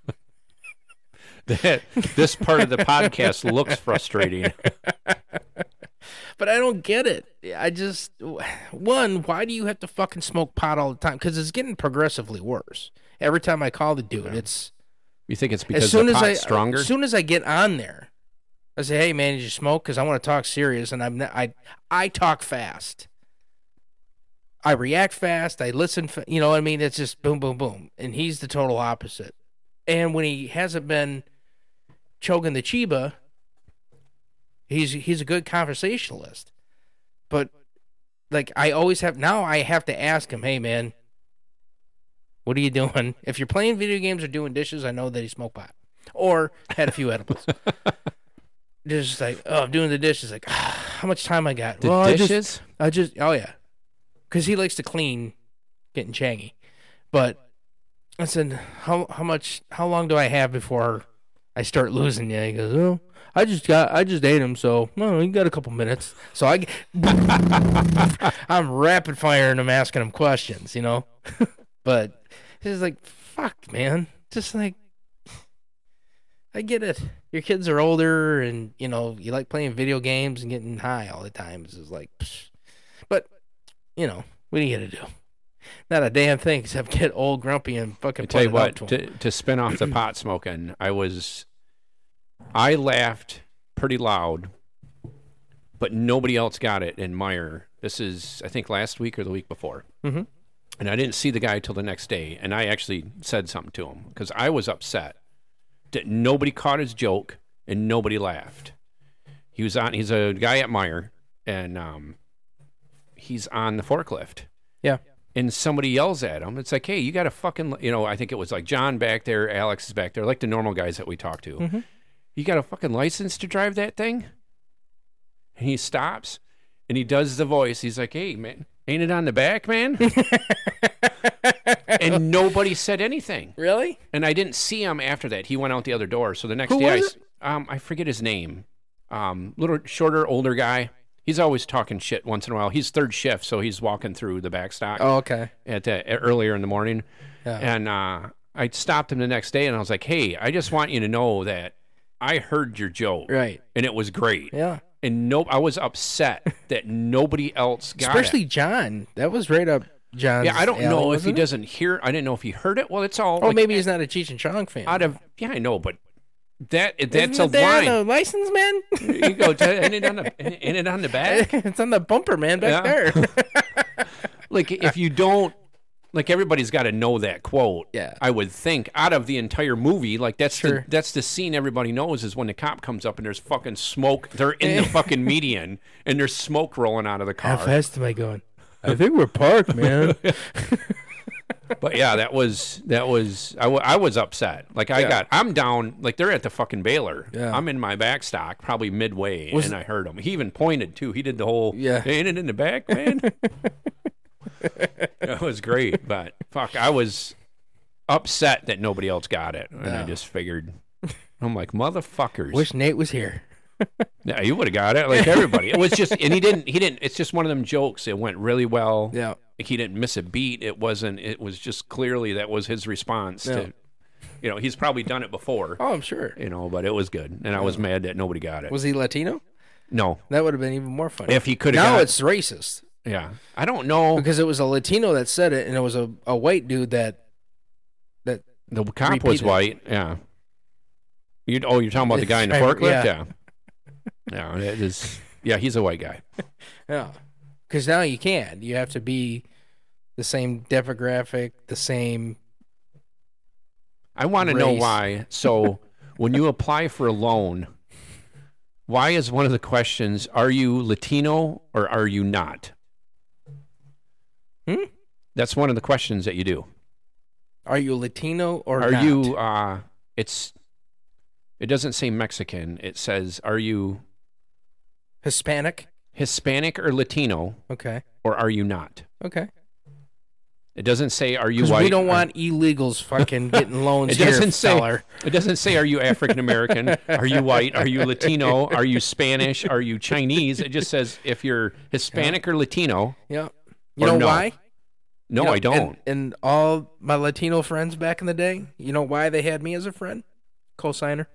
that this part of the podcast looks frustrating.
But I don't get it. I just, one, why do you have to fucking smoke pot all the time? Because it's getting progressively worse. Every time I call the dude, it's
You think it's because
as soon
the
as
pot's
I
stronger?
as soon as I get on there, I say, "Hey man, did you smoke?" Because I want to talk serious, and I'm not, I I talk fast. I react fast. I listen. Fa- you know what I mean? It's just boom, boom, boom. And he's the total opposite. And when he hasn't been choking the chiba, he's he's a good conversationalist. But like I always have now, I have to ask him, "Hey man." What are you doing? If you're playing video games or doing dishes, I know that he smoked pot or had a few edibles. just like, oh, I'm doing the dishes. Like, ah, how much time I got?
the
Well, I just-
dishes?
I just, oh yeah, because he likes to clean, getting changy. But I said, how how much, how long do I have before I start losing you? He goes, oh, I just got, I just ate him, so well, you got a couple minutes. So I, g- I'm rapid firing him, asking him questions, you know. but it's like, fuck, man, just like. I get it. Your kids are older, and you know you like playing video games and getting high all the time. It's just like, psh. but you know, what are you gonna do? Not a damn thing except get old, grumpy, and fucking
I tell you
point it out
what,
to 'em.
to, to spin off the pot smoking, I was, I laughed pretty loud, but nobody else got it in Meyer. This is, I think, last week or the week before.
Mhm.
And I didn't see the guy till the next day. And I actually said something to him because I was upset that nobody caught his joke and nobody laughed. He was on, he's a guy at Meyer and um, he's on the forklift
Yeah,
and somebody yells at him. It's like, hey, you got to fucking, you know, I think it was like John back there, Alex is back there, like the normal guys that we talk to.
Mm-hmm.
You got a fucking license to drive that thing? And he stops and he does the voice. He's like, hey, man, ain't it on the back, man? and nobody said anything.
really?
And I didn't see him after that. He went out the other door. So the next
Who
day, I,
was
s- um, I forget his name. Um, little shorter, older guy. He's always talking shit once in a while. He's third shift, so he's walking through the back stock
Oh, okay.
at the, earlier in the morning,
Yeah.
and uh, I stopped him the next day, and I was like, "Hey, I just want you to know that I heard your joke,
Right.
and it was great,
Yeah.
and no, I was upset that nobody else got
Especially
it."
John. That was right up John's.
Yeah, I don't
alley,
know if he
wasn't it?
doesn't hear. I didn't know if he heard it. Well, it's all
Oh,
like,
maybe he's not a Cheech and Chong fan.
out of yeah, I know, but that that's a
Isn't that
line.
on the license, man.
you go to, and it on the and it on the back.
it's on the bumper, man, back
Yeah.
there.
like if you don't like everybody's got to know that quote
Yeah.
i would think out of the entire movie like that's the,
Sure.
that's the scene everybody knows is when the cop comes up and there's fucking smoke they're in the fucking median and there's smoke rolling out of the
How
car
fast am I going? I think we're parked, man.
but yeah that was that was I wa- I was upset like i got i'm down like they're at the fucking baylor
Yeah.
i'm in my back stock probably midway
Was-
and i heard him he even pointed too he did the whole
Yeah.
ain't it in the back man that was great but fuck i was upset that nobody else got it and i
Yeah.
just figured i'm like motherfuckers
Wish Nate was here.
yeah, you would have got it like everybody it was just and he didn't he didn't it's just one of them jokes it went really well
Yeah.
like he didn't miss a beat. It wasn't. It was just clearly that was his response
Yeah.
to, you know, he's probably done it before,
Oh, I'm sure.
you know, but it was good, and I was mad that nobody got it.
Was he Latino?
no,
That would have been even more funny.
If he coulda
Now
got-
it's racist
yeah, I don't know.
because it was a Latino that said it, and it was a, a white dude that that
The cop
Repeat
was
it.
white. Yeah. You oh, you're talking about the guy in the
Driver,
forklift? Yeah.
yeah.
Yeah, it is. Yeah, he's a white guy.
yeah. Because now you can. You have to be the same demographic, the same.
I want to know
Race.
why. So, when you apply for a loan, why is one of the questions, are you Latino or are you not?
Hmm?
That's one of the questions that you do.
Are you Latino or
are
not?
you, uh, it's, it doesn't say Mexican. It says, are you
Hispanic?
Hispanic or Latino
Okay.
or are you not?
Okay.
It doesn't say are you
Because
white.
we don't
or-
want illegals fucking getting loans
It
here,
doesn't say.
feller.
It doesn't say are you African American? are you white? Are you Latino? Are you Spanish? Are you Chinese? It just says if you're Hispanic or Latino.
Yeah. You
Or
know
no.
why?
No,
You know,
I don't.
And, and all my Latino friends back in the day, you know why they had me as a friend? Co-signer.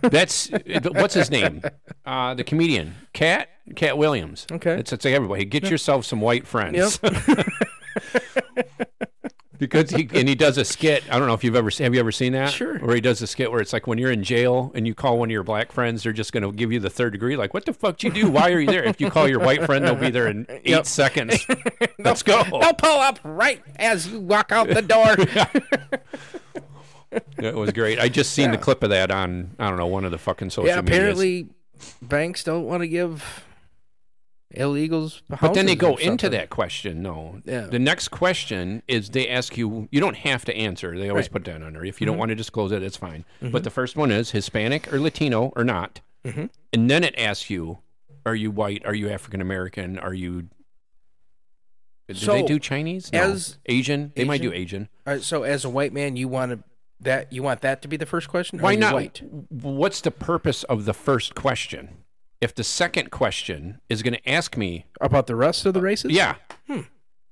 That's what's his name? Uh, the comedian, Cat Cat Williams.
Okay.
it's, it's like everybody get yourself some white friends. because he and he does a skit. I don't know if you've ever seen. Have you ever seen that?
Sure.
Where he does a skit where it's like when you're in jail and you call one of your black friends, they're just going to give you the third degree. Like, what the fuck did you do? Why are you there? If you call your white friend, they'll be there in eight
Yep.
seconds. Let's go.
They'll pull up right as you walk out the door.
It was great. I just seen the clip of that on I don't know one of the fucking social.
yeah,
medias.
apparently banks don't want to give illegals
But then they go into that question, no.
Yeah.
The next question is they ask you, you don't have to answer. They always put that under.
Mm-hmm.
If you don't want to disclose it, it's fine. But the first one is Hispanic or Latino or not.
Mhm.
And then it asks you, are you white? Are you African American? Are you. Do they
So,
do Chinese? No.
as
Asian? They might do
Asian?
Asian.
All right, so as a white man, you want to that you want that to be the first question? Are
Why
you
not?
White?
What's the purpose of the first question? If the second question is going to ask me,
About the rest of the races?
Uh, yeah.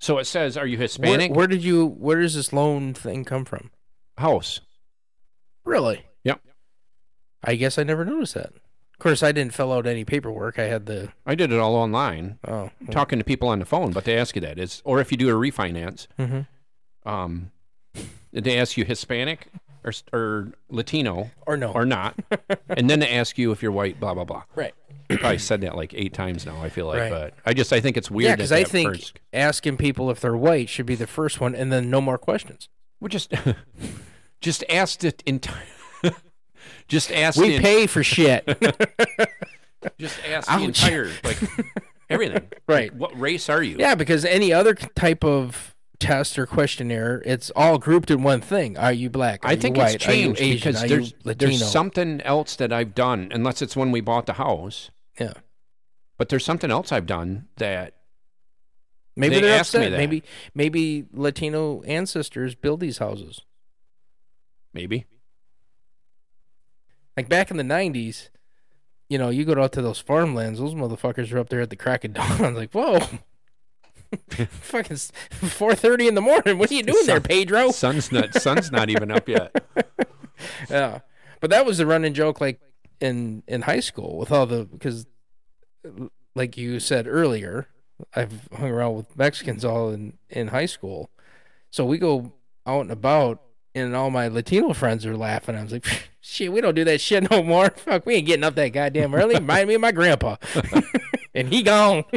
So it says, are you Hispanic?
Hmm. Where, where did you? Where does this loan thing come from?
House.
Really?
Yep.
I guess I never noticed that. Of course, I didn't fill out any paperwork. I had the
I did it all online,
oh
talking to people on the phone, but they ask you that. It's, or if you do a refinance,
Mhm.
um, they ask you Hispanic or, s- or Latino
or no
or not. and then they ask you if you're white, blah, blah, blah.
right
I probably said that like eight times now, I feel like.
Right.
But I just, I think it's weird.
yeah
that
because I
that
think
first-
asking people if they're white should be the first one and then no more questions.
we just, just asked it entire. Just asked
We
it-
pay for shit.
just asked
Ouch.
the entire like everything. Like,
Right.
what race are you?
yeah, because any other c- type of test or questionnaire, it's all grouped in one thing. Are you black? Are
I
you
think
white?
it's
Are you
changed
Asian?
because
Are you
there's
Latino?
there's something else that I've done, unless it's when we bought the house.
yeah.
But there's something else I've done that
Maybe
They
they are
asked me
upset.
that.
Maybe maybe Latino ancestors build these houses.
maybe
Like back in the nineties, you know, you go out to those farmlands, those motherfuckers are up there at the crack of dawn. Like, whoa. Fucking four thirty in the morning. What are you doing there,
sun-
Pedro?
sun's not sun's not even up yet.
Yeah, but that was the running joke, like in in high school, with all the because, like you said earlier, I've hung around with Mexicans all in in high school, so we go out and about, and all my Latino friends are laughing. I was like, "Shit, we don't do that shit no more. Fuck, we ain't getting up that goddamn early." Remind me of my grandpa, and he gone.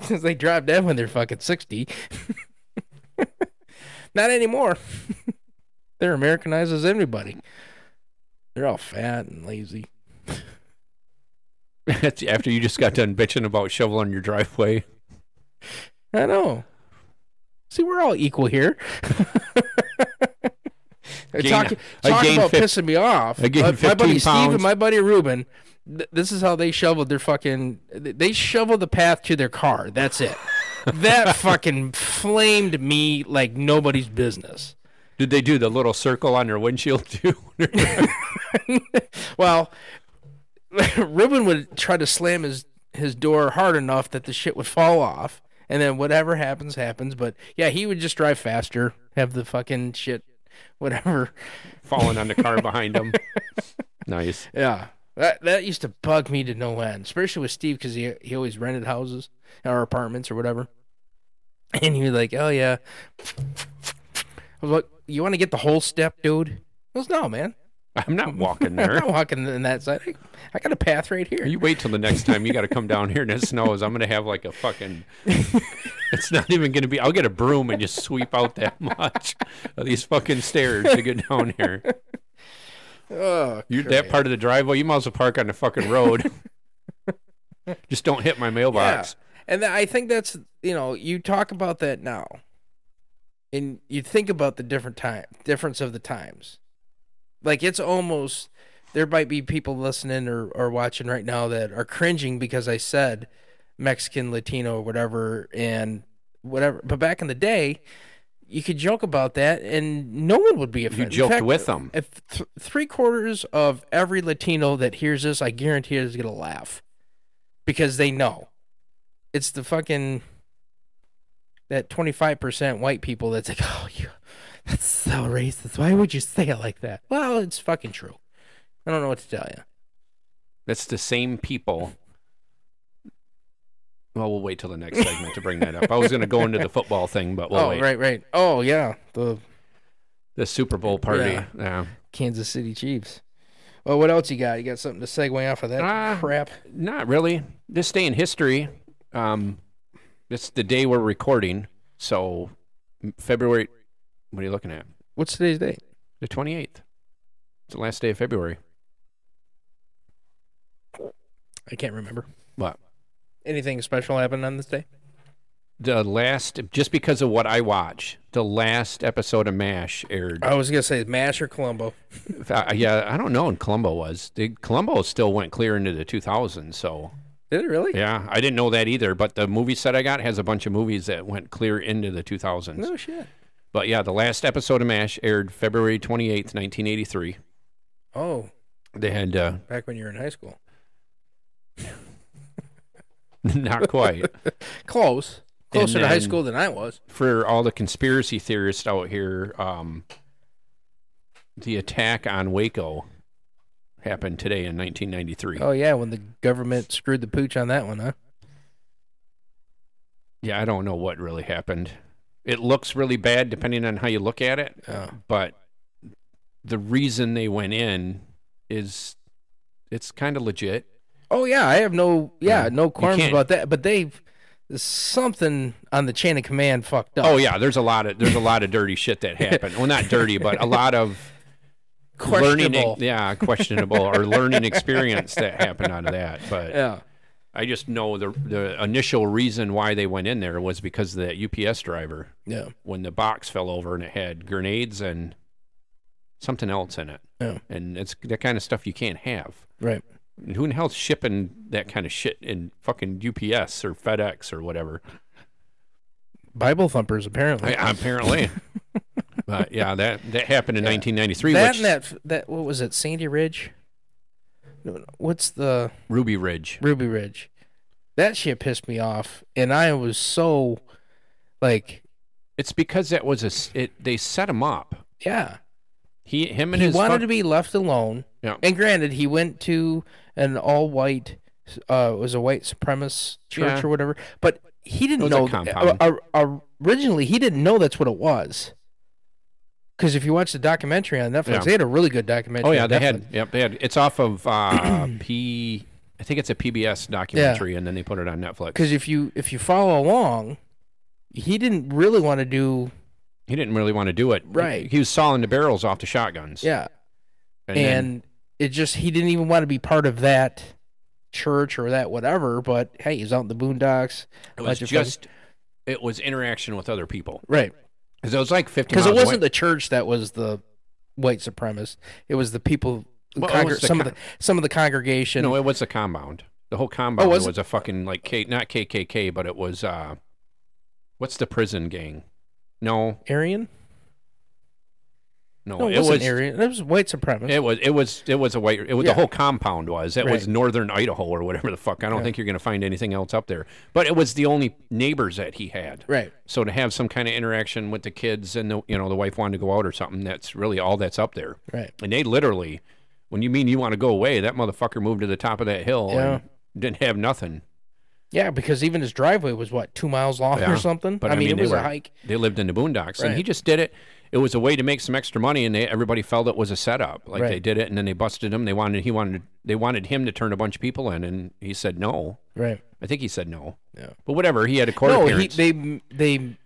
Since they drive dead when they're fucking sixty. Not anymore. They're Americanized as anybody. They're all fat and lazy.
That's After you just got done bitching about shoveling your driveway,
I know. See, we're all equal here.
Gain-
talk
I
talk
gained
about
fif-
pissing me off. Uh,
I gained
my, my buddy
15
Steve
pounds.
and my buddy Ruben, th- this is how they shoveled their fucking. th- They shoveled the path to their car. That's it. that fucking flamed me like nobody's business.
did they do the little circle on your windshield too?
Well, Ruben would try to slam his his door hard enough that the shit would fall off, and then whatever happens happens. But yeah, he would just drive faster, have the fucking shit, whatever.
Falling on the car behind them. Nice.
Yeah, that that used to bug me to no end, especially with Steve because he he always rented houses or apartments or whatever, and he was like, "Oh yeah," I was like, "You want to get the whole step, dude?" I was no, man.
I'm not walking
I'm
there.
not walking in that side. I, I got a path right here.
You wait till the next time you got to come down here and it snows. I'm gonna have like a fucking. It's not even gonna be. I'll get a broom and just sweep out that much of these fucking stairs to get down here.
Oh,
You that part of the driveway, you might as well park on the fucking road. just don't hit my mailbox.
And tha- I think that's you know you talk about that now, and you think about the different time difference of the times. Like it's almost there might be people listening or, or watching right now that are cringing because I said Mexican, Latino, or whatever, and whatever. But back in the day, you could joke about that, and no one would be offended. In
joked
fact,
with them.
If th- three quarters of every Latino that hears this, I guarantee is gonna laugh because they know it's the fucking that twenty five percent white people that's like, oh, you, that's so racist. Why would you say it like that? Well, it's fucking true. I don't know what to tell you.
That's the same people. Well, we'll wait till the next segment to bring that up. I was going to go into the football thing, but we'll
oh,
wait.
right, right. Oh, yeah, the
The Super Bowl party.
Yeah.
Yeah.
Kansas City Chiefs. Well, what else you got? You got something to segue off of that
Ah.
crap?
Not really. This day in history, um, it's the day we're recording. So February, what are you looking at?
What's today's date?
The 28th. It's the last day of February.
I can't remember.
What?
Anything special happened on this day?
The last, just because of what I watch, the last episode of MASH aired.
I was gonna say Mash or Columbo.
Uh, yeah, I don't know when Columbo was. The, Columbo still went clear into the 2000s. So,
Did it really?
yeah, I didn't know that either. But the movie set I got has a bunch of movies that went clear into the 2000s.
No shit.
But yeah, the last episode of MASH aired February 28th, 1983.
Oh,
They had, uh,
back when you were in high school.
not quite.
Close. Closer to high
then-
school than I was.
For all the conspiracy theorists out here, um, the attack on Waco happened today in 1993.
Oh yeah, when the government screwed the pooch on that one, huh?
Yeah, I don't know what really happened. It looks really bad depending on how you look at it,
Oh.
but the reason they went in is it's kind of legit.
Oh yeah, I have no yeah,
Yeah.
no qualms
can't-
about that. But they've something on the chain of command fucked up.
Oh yeah, there's a lot of there's a lot of dirty shit that happened. Well, not dirty, but a lot of
questionable.
Oh, learning, e- yeah, questionable or learning experience that happened out of that. But
yeah.
I just know the the initial reason why they went in there was because of that UPS driver
Yeah.
when the box fell over and it had grenades and something else in it.
Yeah.
And it's that kind of stuff you can't have.
Right.
And who in hell's shipping that kind of shit in fucking UPS or FedEx or whatever?
Bible thumpers apparently.
I, apparently. but yeah, that that happened in 1993.
that
which,
and that that what was it? Sandy Ridge. No, no, What's the
Ruby Ridge.
Ruby Ridge? That shit pissed me off, and I was so like,
It's because that was a s- it. They set him up.
yeah.
He him and
He
his
wanted
fuck-
to be left alone.
Yeah.
And granted, he went to an all-white, uh, it was a white supremacist church
Yeah.
or whatever. But he
It
didn't
was a
know.
compound.
uh, uh, originally, he didn't know that's what it was. Because if you watch the documentary on Netflix,
Yeah.
they had a really good documentary.
Oh yeah,
on
they
Netflix.
had. Yep, they had. It's off of uh, P. I think it's a PBS documentary, and then they put it on Netflix.
Because if you if you follow along, he didn't really want to do.
He didn't really want to do it.
Right.
He, he was sawing the barrels off the shotguns.
Yeah.
And,
And,
then-
it just he didn't even want to be part of that church or that whatever. But hey, he's out in the boondocks.
it was
bunch of
just it was interaction with other people.
Right.
'Cause it was like fifty.
because it
miles away.
wasn't the church that was the white supremacist. It was the people, the
Well, it
congre-
was the
some
con-
of the some of the congregation.
No, it was the compound. The whole compound
Oh, was
was,
it?
a fucking like K, not KKK, but it was uh, what's the prison gang? No,
Aryan?
no,
No, it,
it
wasn't
was
Aryan. It was white supremacist.
it was it was it was a white. It was,
Yeah.
The whole compound was it was
Right.
northern Idaho or whatever the fuck. I don't
Yeah.
think you're gonna find anything else up there. But it was the only neighbors that he had.
right.
So to have some kind of interaction with the kids and the you know the wife wanted to go out or something, that's really all that's up there.
Right.
And they literally, when you mean you want to go away, that motherfucker moved to the top of that hill
Yeah.
and didn't have nothing.
Yeah, because even his driveway was what two miles long
Yeah,
or something.
but
I,
I
mean,
mean,
it
they
was a
were-
hike.
They lived in the boondocks, and he
Right.
just did it. It was a way to make some extra money, and they, everybody felt it was a setup. Like they
Right.
did it, and then they busted him. They wanted he wanted they wanted him to turn a bunch of people in, and he said no.
Right.
I think he said no.
Yeah.
But whatever, he had a court
No, he,
appearance.
they they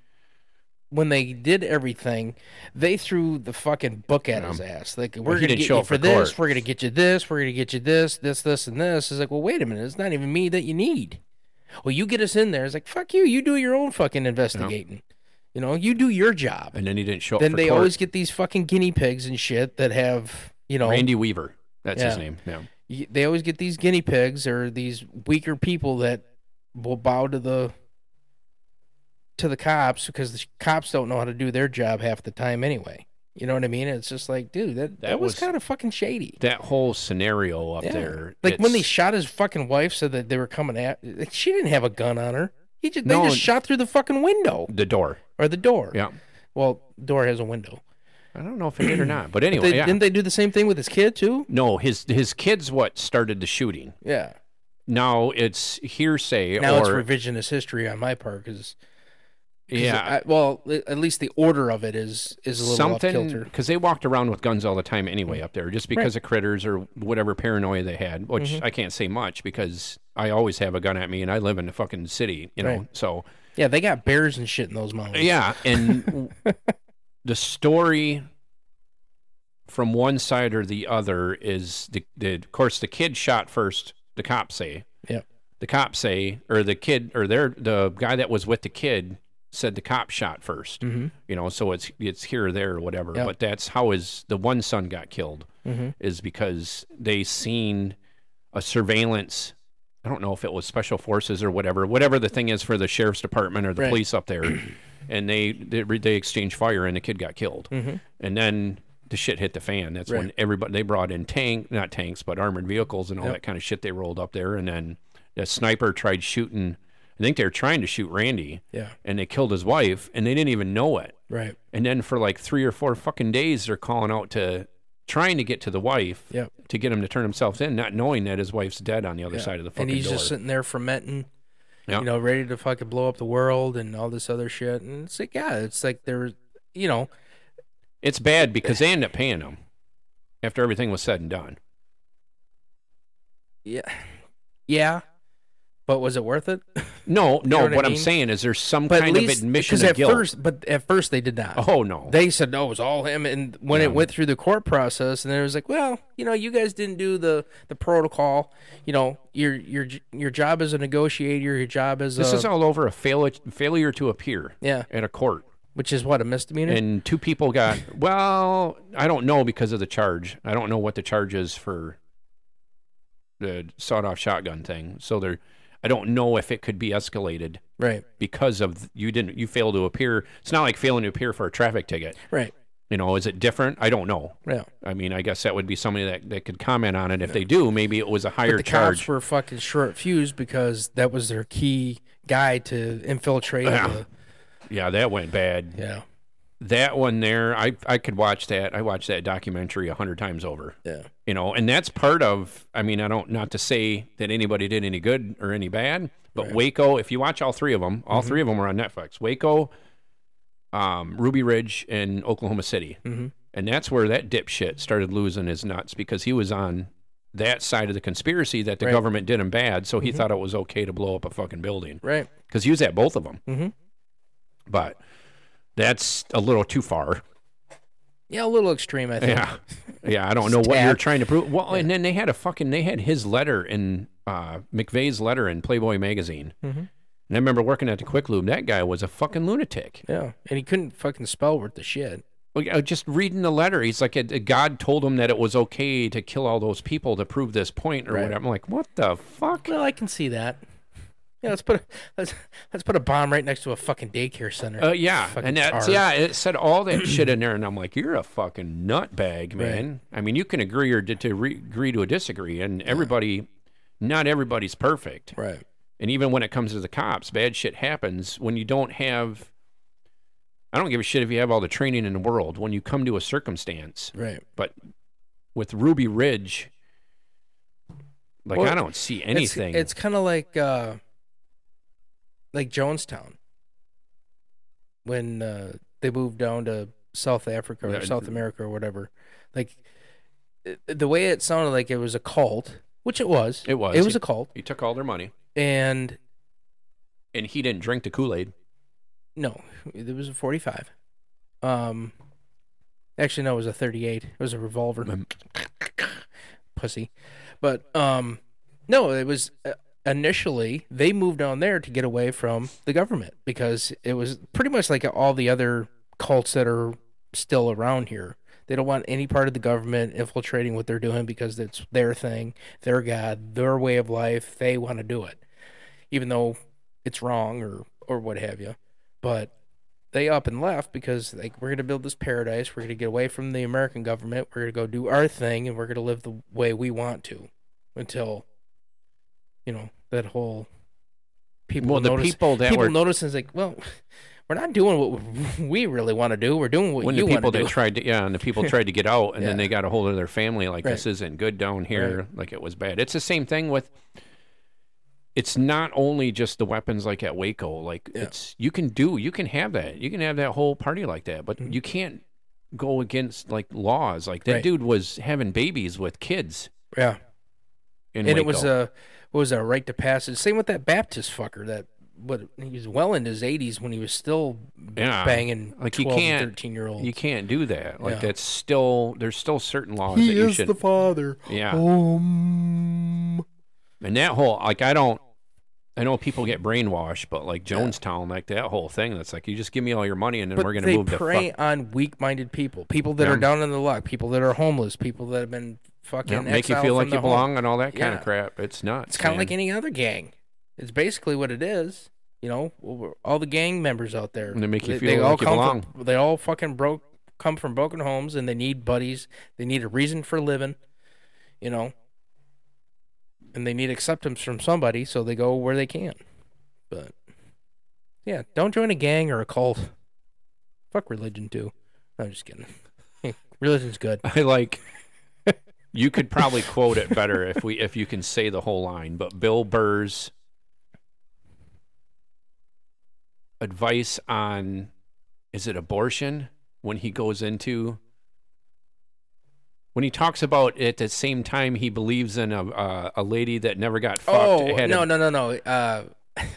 when they did everything, they threw the fucking book at his ass. Like we're
he
gonna
didn't
get
show
you
up
for
for
this,
court.
we're gonna get you this, we're gonna get you this, this, this, and this. It's like, well, wait a minute, it's not even me that you need. Well, you get us in there. It's like, fuck you, you do your own fucking investigating. You know, you do your job.
and then he didn't show up.
then
for
they
court.
always get these fucking guinea pigs and shit that have you know
Randy Weaver. That's his
Yeah.
name. Yeah.
y- they always get these guinea pigs or these weaker people that will bow to the to the cops because the cops don't know how to do their job half the time anyway. You know what I mean? It's just like, dude, that, that,
That
was,
was-
kind of fucking shady.
That whole scenario up
Yeah.
there.
like when they
it's-
shot his fucking wife, said that they were coming at. Like, she didn't have a gun on her. He just,
No,
they just
and-
shot through the fucking window
the door.
or the door.
Yeah.
Well, door has a window.
I don't know if it did or not, but
But
anyway,
they,
yeah.
Didn't they do the same thing with his kid too?
No, his his kids what started the shooting.
Yeah.
Now it's hearsay or
Now it's revisionist history on my part because
yeah,
I, well, li- at least the order of it is is a little off
something
kilter.
because they walked around with guns all the time anyway up there, just because of critters or whatever paranoia they had. Which
Mm-hmm.
I can't say much because I always have a gun at me, and I live in the fucking city, you know.
Right.
So
Yeah, they got bears and shit in those mountains.
yeah, and w- the story from one side or the other is the, the of course the kid shot first. The cops say,
Yep.
the cops say, or the kid, or their the guy that was with the kid said the cop shot first.
Mhm.
You know, so it's it's here or there or whatever.
Yep.
But that's how his the one son got killed
Mhm.
is because they seen a surveillance. I don't know if it was special forces or whatever, whatever the thing is for the sheriff's department or the
Right.
police up there, and they they, re- they exchanged fire and the kid got killed,
Mhm.
and then. The shit hit the fan. That's when
Right.
everybody they brought in tank, not tanks, but armored vehicles and all
Yep.
that kind of shit. They rolled up there, and then the sniper tried shooting. I think they were trying to shoot Randy,
Yeah.
and they killed his wife, and they didn't even know it.
Right.
And then for like three or four fucking days, they're calling out to trying to get to the wife
Yep.
to get him to turn himself in, not knowing that his wife's dead on the other
Yeah.
side of the fucking
And he's
door.
just sitting there fermenting,
Yeah.
you know, ready to fucking blow up the world and all this other shit. And it's like, yeah, it's like there, you know,
it's bad because they end up paying him after everything was said and done.
yeah, yeah. But was it worth it?
No, no.
know
what
what I
I'm
mean?
saying is there's some
But
kind
at
of
least
admission
because
of
at
guilt.
first, but at first they did not.
oh no.
They said no, it was all him. And when
Yeah.
it went through the court process, and then it was like, well, you know, you guys didn't do the the protocol. You know, your your j- your job as a negotiator, your job as
this
a
is all over a fail- failure to appear
yeah,
at a court.
which is what a misdemeanor.
and two people got well i don't know because of the charge i don't know what the charge is for the sawed-off shotgun thing so there i don't know if it could be escalated
right,
because of you didn't you failed to appear it's not like failing to appear for a traffic ticket
right,
you know is it different i don't know
yeah.
i mean i guess that would be somebody that, that could comment on it if they do maybe it was a higher
the
charge
cops were fucking short fused because that was their key guy to infiltrate.
Yeah.
the,
yeah that went bad
yeah,
that one there i i could watch that i watched that documentary a hundred times over
yeah,
you know and that's part of i mean i don't not to say that anybody did any good or any bad but waco if you watch all three of them all three of them are on netflix waco um, ruby ridge and oklahoma city
Mhm.
and that's where that dipshit started losing his nuts because he was on that side of the conspiracy that the
Right.
government did him bad so he thought it was okay to blow up a fucking building
right.
because he was at both of them
Mhm.
but that's a little too far
Yeah, a little extreme, I think.
yeah. Yeah, I don't know what you're
Stab.
trying to prove. Well, and then they had a fucking they had his letter in uh McVeigh's letter in Playboy magazine.
Mhm.
And I remember working at the Quick Lube. That guy was a fucking lunatic.
Yeah, and he couldn't fucking spell worth the shit.
Like, I was Just reading the letter, he's like, "Uh, "God told him that it was okay to kill all those people to prove this point or
Right.
whatever." I'm like, "What the fuck?"
Well, I can see that. Yeah, let's put a, let's let's put a bomb right next to a fucking daycare center.
Uh, yeah,
Fucking
and that's
tar.
yeah. It said all that shit in there, and I'm like, "You're a fucking nutbag, man." I mean, you can agree or di- to re- agree to a disagree, and everybody, not everybody's perfect.
Right.
and even when it comes to the cops, bad shit happens when you don't have. I don't give a shit if you have all the training in the world. When you come to a circumstance,
Right.
but with Ruby Ridge, like
Well,
I don't see anything.
It's, kind of like uh like Jonestown when uh they moved down to South Africa or
Yeah,
South
d-
America or whatever. Like it- the way it sounded like it was a cult, which it was.
It was.
It was a cult
he took all their money,
and
and he didn't drink the Kool Aid.
No, it was a 45. Um, actually, no, it was a 38. It was a revolver. Pussy. But um, no, it was uh, initially they moved on there to get away from the government because it was pretty much like all the other cults that are still around here. They don't want any part of the government infiltrating what they're doing because it's their thing, their god, their way of life. They want to do it, even though it's wrong or or what have you But they up and left because like we're gonna build this paradise. We're gonna get away from the American government. We're gonna go do our thing, and we're gonna live the way we want to, until, you know, that whole people
well, the
notice.
people that
people
were
notice and it's like, well, we're not doing what we really want to do. We're doing what
when
you
the people
want to
that
do.
tried to yeah, and the people tried to get out, and then
Yeah.
they got a hold of their family like
Right.
this isn't good down here, like it was bad. It's the same thing with. It's not only just the weapons like at Waco. Like
Yeah.
it's you can do you can have that you can have that whole party like that, but
Mhm.
you can't go against like laws. Like that
Right.
dude was having babies with kids,
yeah,
in
and it was
Waco.
a what was a right to passage. Same with that Baptist fucker. That what he was well in his eighties when he was still
Yeah.
banging like
Like, you
12 and
can't-
thirteen year olds.
you can't do that. Like
Yeah.
that's still there's still certain laws that Oh, you should.
father.
yeah.
Um,
And that whole like I don't I know people get brainwashed, but like Jonestown, like that whole thing, that's like you just give me all your money and then
but
we're gonna
they
move the
prey
fuck.
on weak-minded people, people that
Yeah.
are down in the luck, people that are homeless, people that have been fucking
Yeah, make you
exiled
feel
from
like you
their home.
belong and all that kind
Yeah.
of crap. It's nuts.
It's kind of like
man.
any other gang. It's basically what it is. You know, Well, all the gang members out there.
And they make you
they,
feel
they
like
all
you
come From, they all fucking broke come from broken homes, and they need buddies. They need a reason for living. You know, and they need acceptance from somebody, so they go where they can. But yeah, don't join a gang or a cult. Fuck religion too. No, I'm just kidding. Religion's good.
I like you could probably quote it better if we if you can say the whole line, but Bill Burr's advice on is it abortion when he goes into when he talks about at the same time he believes in a uh, a lady that never got fucked.
Oh
had
no
a-
no no no. Uh,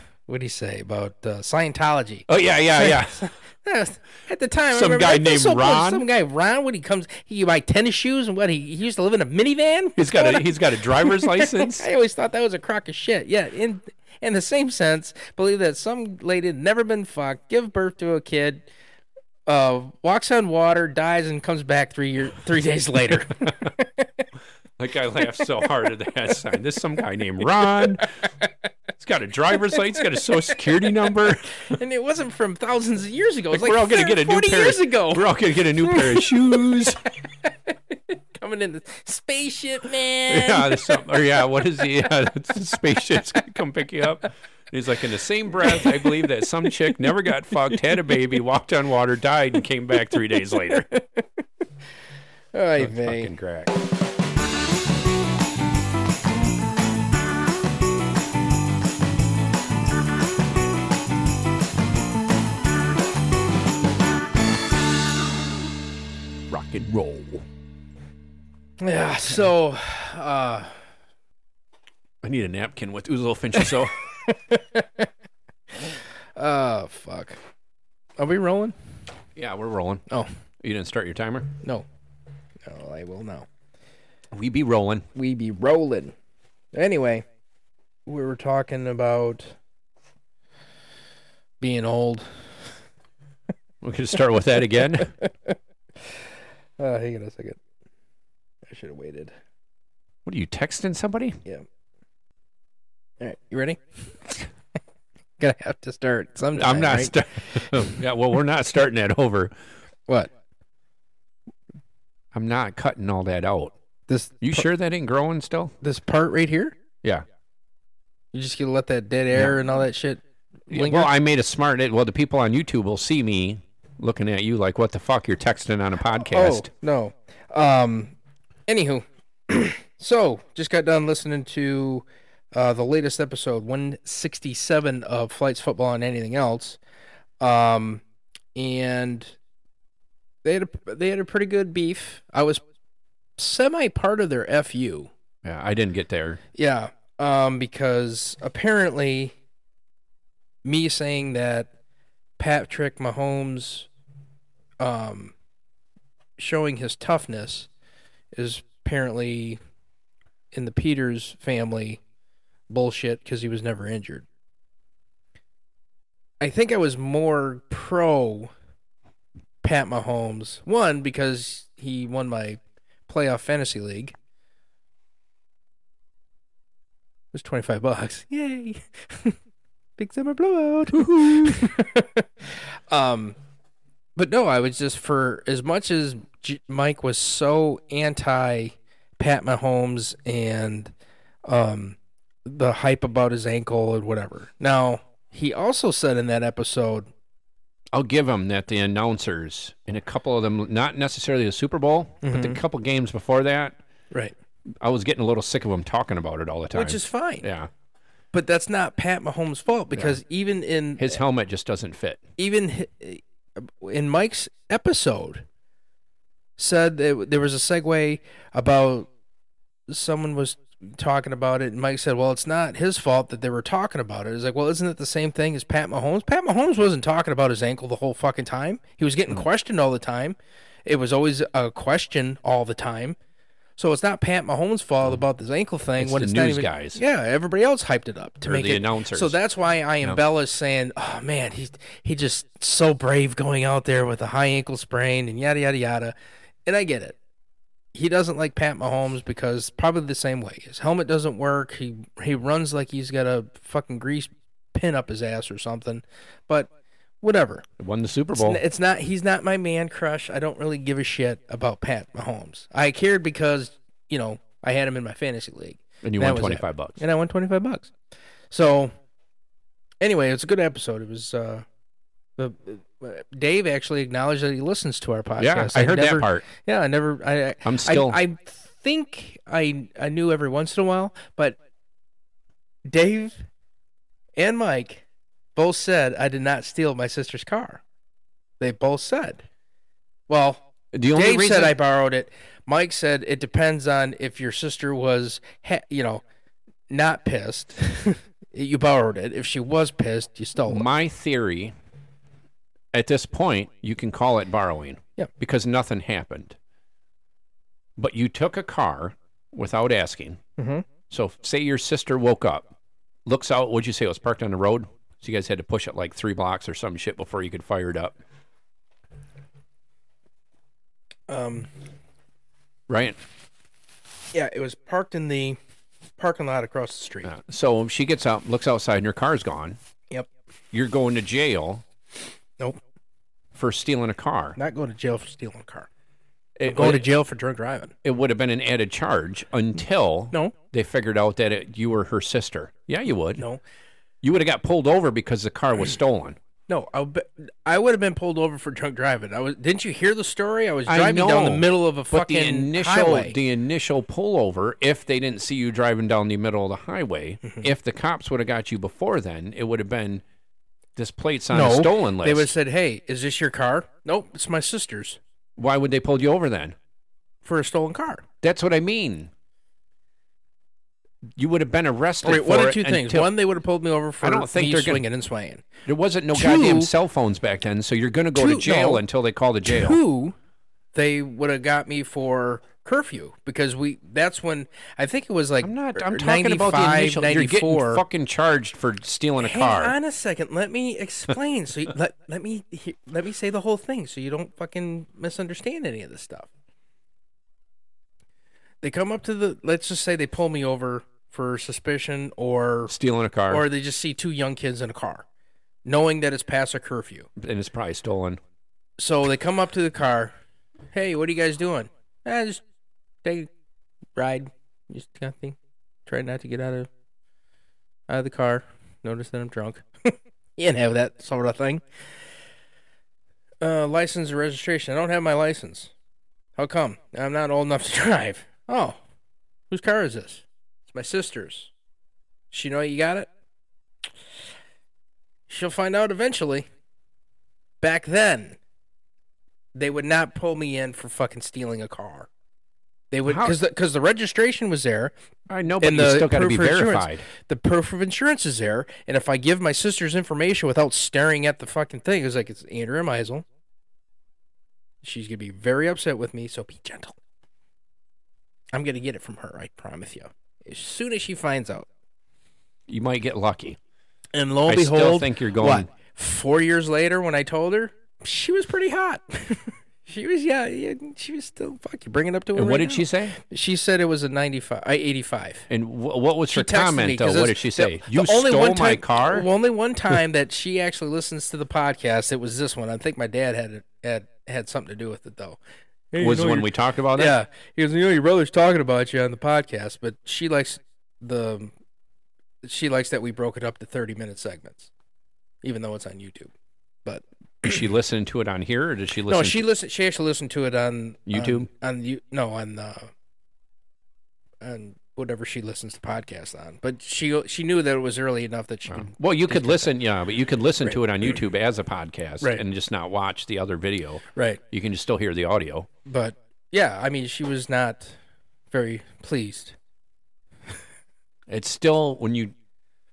what do you say about uh, Scientology?
Oh yeah, yeah, yeah.
Yes. At the
Uh,
time, I
Some
remember
guy
that was
named
so cool.
Ron?
Some guy Ron. When he comes, he buy tennis shoes and what? He, he used to live in a minivan.
He's got a he's got a driver's license.
I always thought that was a crock of shit. Yeah. In in the same sense, believe that some lady had never been fucked, give birth to a kid, uh, walks on water, dies, and comes back three year three days later.
Like I laughed so hard at that sign. This some guy named Ron. He's got a driver's license. He's got a social security number.
and it wasn't from thousands of years ago. It was like
we're all gonna
30,
get a new
40
pair
years
of,
ago.
We're all gonna get a new pair of shoes.
Coming in the spaceship, man.
yeah, there's some- or yeah, what is he? Yeah, it's the spaceship's gonna come pick you up. And he's like, in the same breath, I believe that some chick never got fucked, had a baby, walked on water, died, and came back three days later.
Oy vey.
Fucking crack. Rock and roll.
Yeah. So. Uh,
I need a napkin with Uzo Finch. So.
Oh fuck. Are we rolling?
Yeah, we're rolling.
Oh
You didn't start your timer?
no. No, I will now.
We be rolling.
We be rolling. Anyway, we were talking about being old.
We could start with that again.
Uh, hang on a second. I should have waited.
what are you texting somebody?
All right, you ready? Gonna have to start sometime.
I'm not.
right?
Start- yeah, well, we're not starting that over.
what
I'm not cutting all that out.
this
You sure that ain't growing still?
this part right here?
Yeah.
You just gonna let that dead air and all that shit
Yeah,
linger?
well, I made a smart. Well, the people on YouTube will see me looking at you like, "What the fuck? You're texting on a podcast."
Oh, no. Um anywho. so just got done listening to uh the latest episode, one sixty seven of Flights Football and Anything Else. Um and they had a they had a pretty good beef. I was semi part of their FU.
Yeah, I didn't get there.
Yeah, um, because apparently, me saying that Patrick Mahomes, um, showing his toughness, is apparently in the Peters family bullshit because he was never injured. I think I was more pro Pat Mahomes one because he won my playoff fantasy league. It was 25 bucks. Yay. Big summer blowout. um, but no, I was just for as much as J- Mike was so anti Pat Mahomes and um, the hype about his ankle and whatever. Now he also said in that episode,
I'll give them that the announcers in a couple of them, not necessarily the Super Bowl, but
Mm-hmm.
the couple games before that,
right,
I was getting a little sick of them talking about it all the time.
which is fine,
yeah,
but that's not Pat Mahomes' fault because even in
his helmet just doesn't fit.
even h- in Mike's episode said that there was a segue about someone was talking about it and Mike said, "Well, it's not his fault that they were talking about it." It's like, "Well, isn't it the same thing as Pat Mahomes? Pat Mahomes wasn't talking about his ankle the whole fucking time. He was
Mm.
getting questioned all the time. It was always a question all the time." So it's not Pat Mahomes' fault about this ankle thing
Mm. It's
when
the
it's not
news
even,
guys.
Yeah, everybody else hyped it up to
Or
make
the
it.
announcers.
So that's why I embellish saying, "Oh man, he he just so brave going out there with a high ankle sprain and yada yada yada," and I get it. He doesn't like Pat Mahomes because probably the same way. His helmet doesn't work. He he runs like he's got a fucking grease pin up his ass or something. But whatever.
Won the Super
It's
Bowl.
n- It's not. He's not my man crush. I don't really give a shit about Pat Mahomes. I cared because you know I had him in my fantasy league.
And you
That
won
was it.
25 bucks.
And I won 25 bucks. So anyway, it's a good episode. It was uh the Dave actually acknowledged that he listens to our podcast.
Yeah, I heard
never-
that part.
Yeah, I never I I-
I'm still-
I, I think I I knew every once in a while, but Dave and Mike both said I did not steal my sister's car. They both said. Well,
The only
Dave
reason
said I borrowed it. Mike said it depends on if your sister was, ha- you know, not pissed. you borrowed it. If she was pissed, you stole it.
my theory at this point you can call it borrowing
Yeah.
because nothing happened but you took a car without asking
Mhm.
so say your sister woke up looks out what'd you say it was parked on the road so you guys had to push it like three blocks or some shit before you could fire it up
Um,
right
yeah, it was parked in the parking lot across the street.
Uh, so she gets up looks outside and your car's gone
Yep.
you're going to jail
Nope.
for stealing a car
Not going to jail for stealing a car.
it,
Going to
it,
jail for drunk driving.
it would have been an added charge until
No.
they figured out that it, you were her sister yeah you would
No.
You would have got pulled over because the car was stolen.
No, I, be- I would have been pulled over for drunk driving. I was. Didn't you hear the story? I was
I
driving down the
know,
middle of a
But
fucking
the initial
highway.
the initial pullover, if they didn't see you driving down the middle of the highway,
Mm-hmm.
if the cops would have got you before then, it would have been this plate's on a stolen list.
They would have said, "Hey, is this your car?" Nope, it's my sister's
Why would they pull you over then?
for a stolen car.
That's what I mean. You would have been arrested.
All right,
for
one of
it
two things.
until-
One, they would have pulled me over for
I don't think
me
they're gonna-
swinging and swaying.
there wasn't no
Two-
goddamn cell phones back then, so you're going to go
Two-
to jail
no.
until they call the jail.
Two, they would have got me for curfew because we. That's when I think it was like
I'm not. I'm
er,
talking about the
95,
initial. You're
94.
getting fucking charged for stealing a
Hang
car.
on a second. Let me explain. so you, let let me he- let me say the whole thing so you don't fucking misunderstand any of this stuff. They come up to the. Let's just say they pull me over for suspicion or
Stealing a car.
or they just see two young kids in a car, knowing that it's past a curfew.
and it's probably stolen.
So they come up to the car. Hey, what are you guys doing? Ah, just take a ride. Just kind of thing. Try not to get out of out of the car. Notice that I'm drunk. you can have that sort of thing. Uh, license or registration. I don't have my license. How come? I'm not old enough to drive. Oh, whose car is this? It's my sister's. She know you got it. She'll find out eventually. Back then, they would not pull me in for fucking stealing a car. They would
How-
because because the, registration was there
I know, but
and
you
the
still got to be
proof of insurance-
verified.
The proof of insurance is there, and if I give my sister's information without staring at the fucking thing, it's like it's Andrea Meisel. She's gonna be very upset with me, so be gentle. I'm gonna get it from her, I promise you. As soon as she finds out.
You might get lucky.
And lo and
I still
behold,
think you're going-
What, four years later, when I told her, she was pretty hot. She was yeah, yeah she was still fuck. You bring it up to her.
And what
right
did she say?
now. She said it was a ninety-five, uh, eighty-five.
And wh- what was her
She texted
comment
me, 'cause
though? What did
that's
she
the-
say?
the
you
only
stole
one
my
time-
car.
the Only one time that she actually listens to the podcast, it was this one. I think my dad had it had had something to do with it though. Hey, you
was
know
when
your-
we talked about that.
yeah. He goes, you know, your brother's talking about you on the podcast, but she likes the she likes that we broke it up to thirty minute segments, even though it's on YouTube. But
Did she listen to it on here, or did she listen?
no, she listened. She actually listened to it on
YouTube?
on, on you no on uh, on whatever she listens to podcasts on. But she she knew that it was early enough that she
To,
could
well, you could listen, yeah, but you could listen to it on YouTube as a podcast
Right.
and just not watch the other video.
right.
You can just still hear the audio.
But yeah, I mean, she was not very pleased.
It's still when you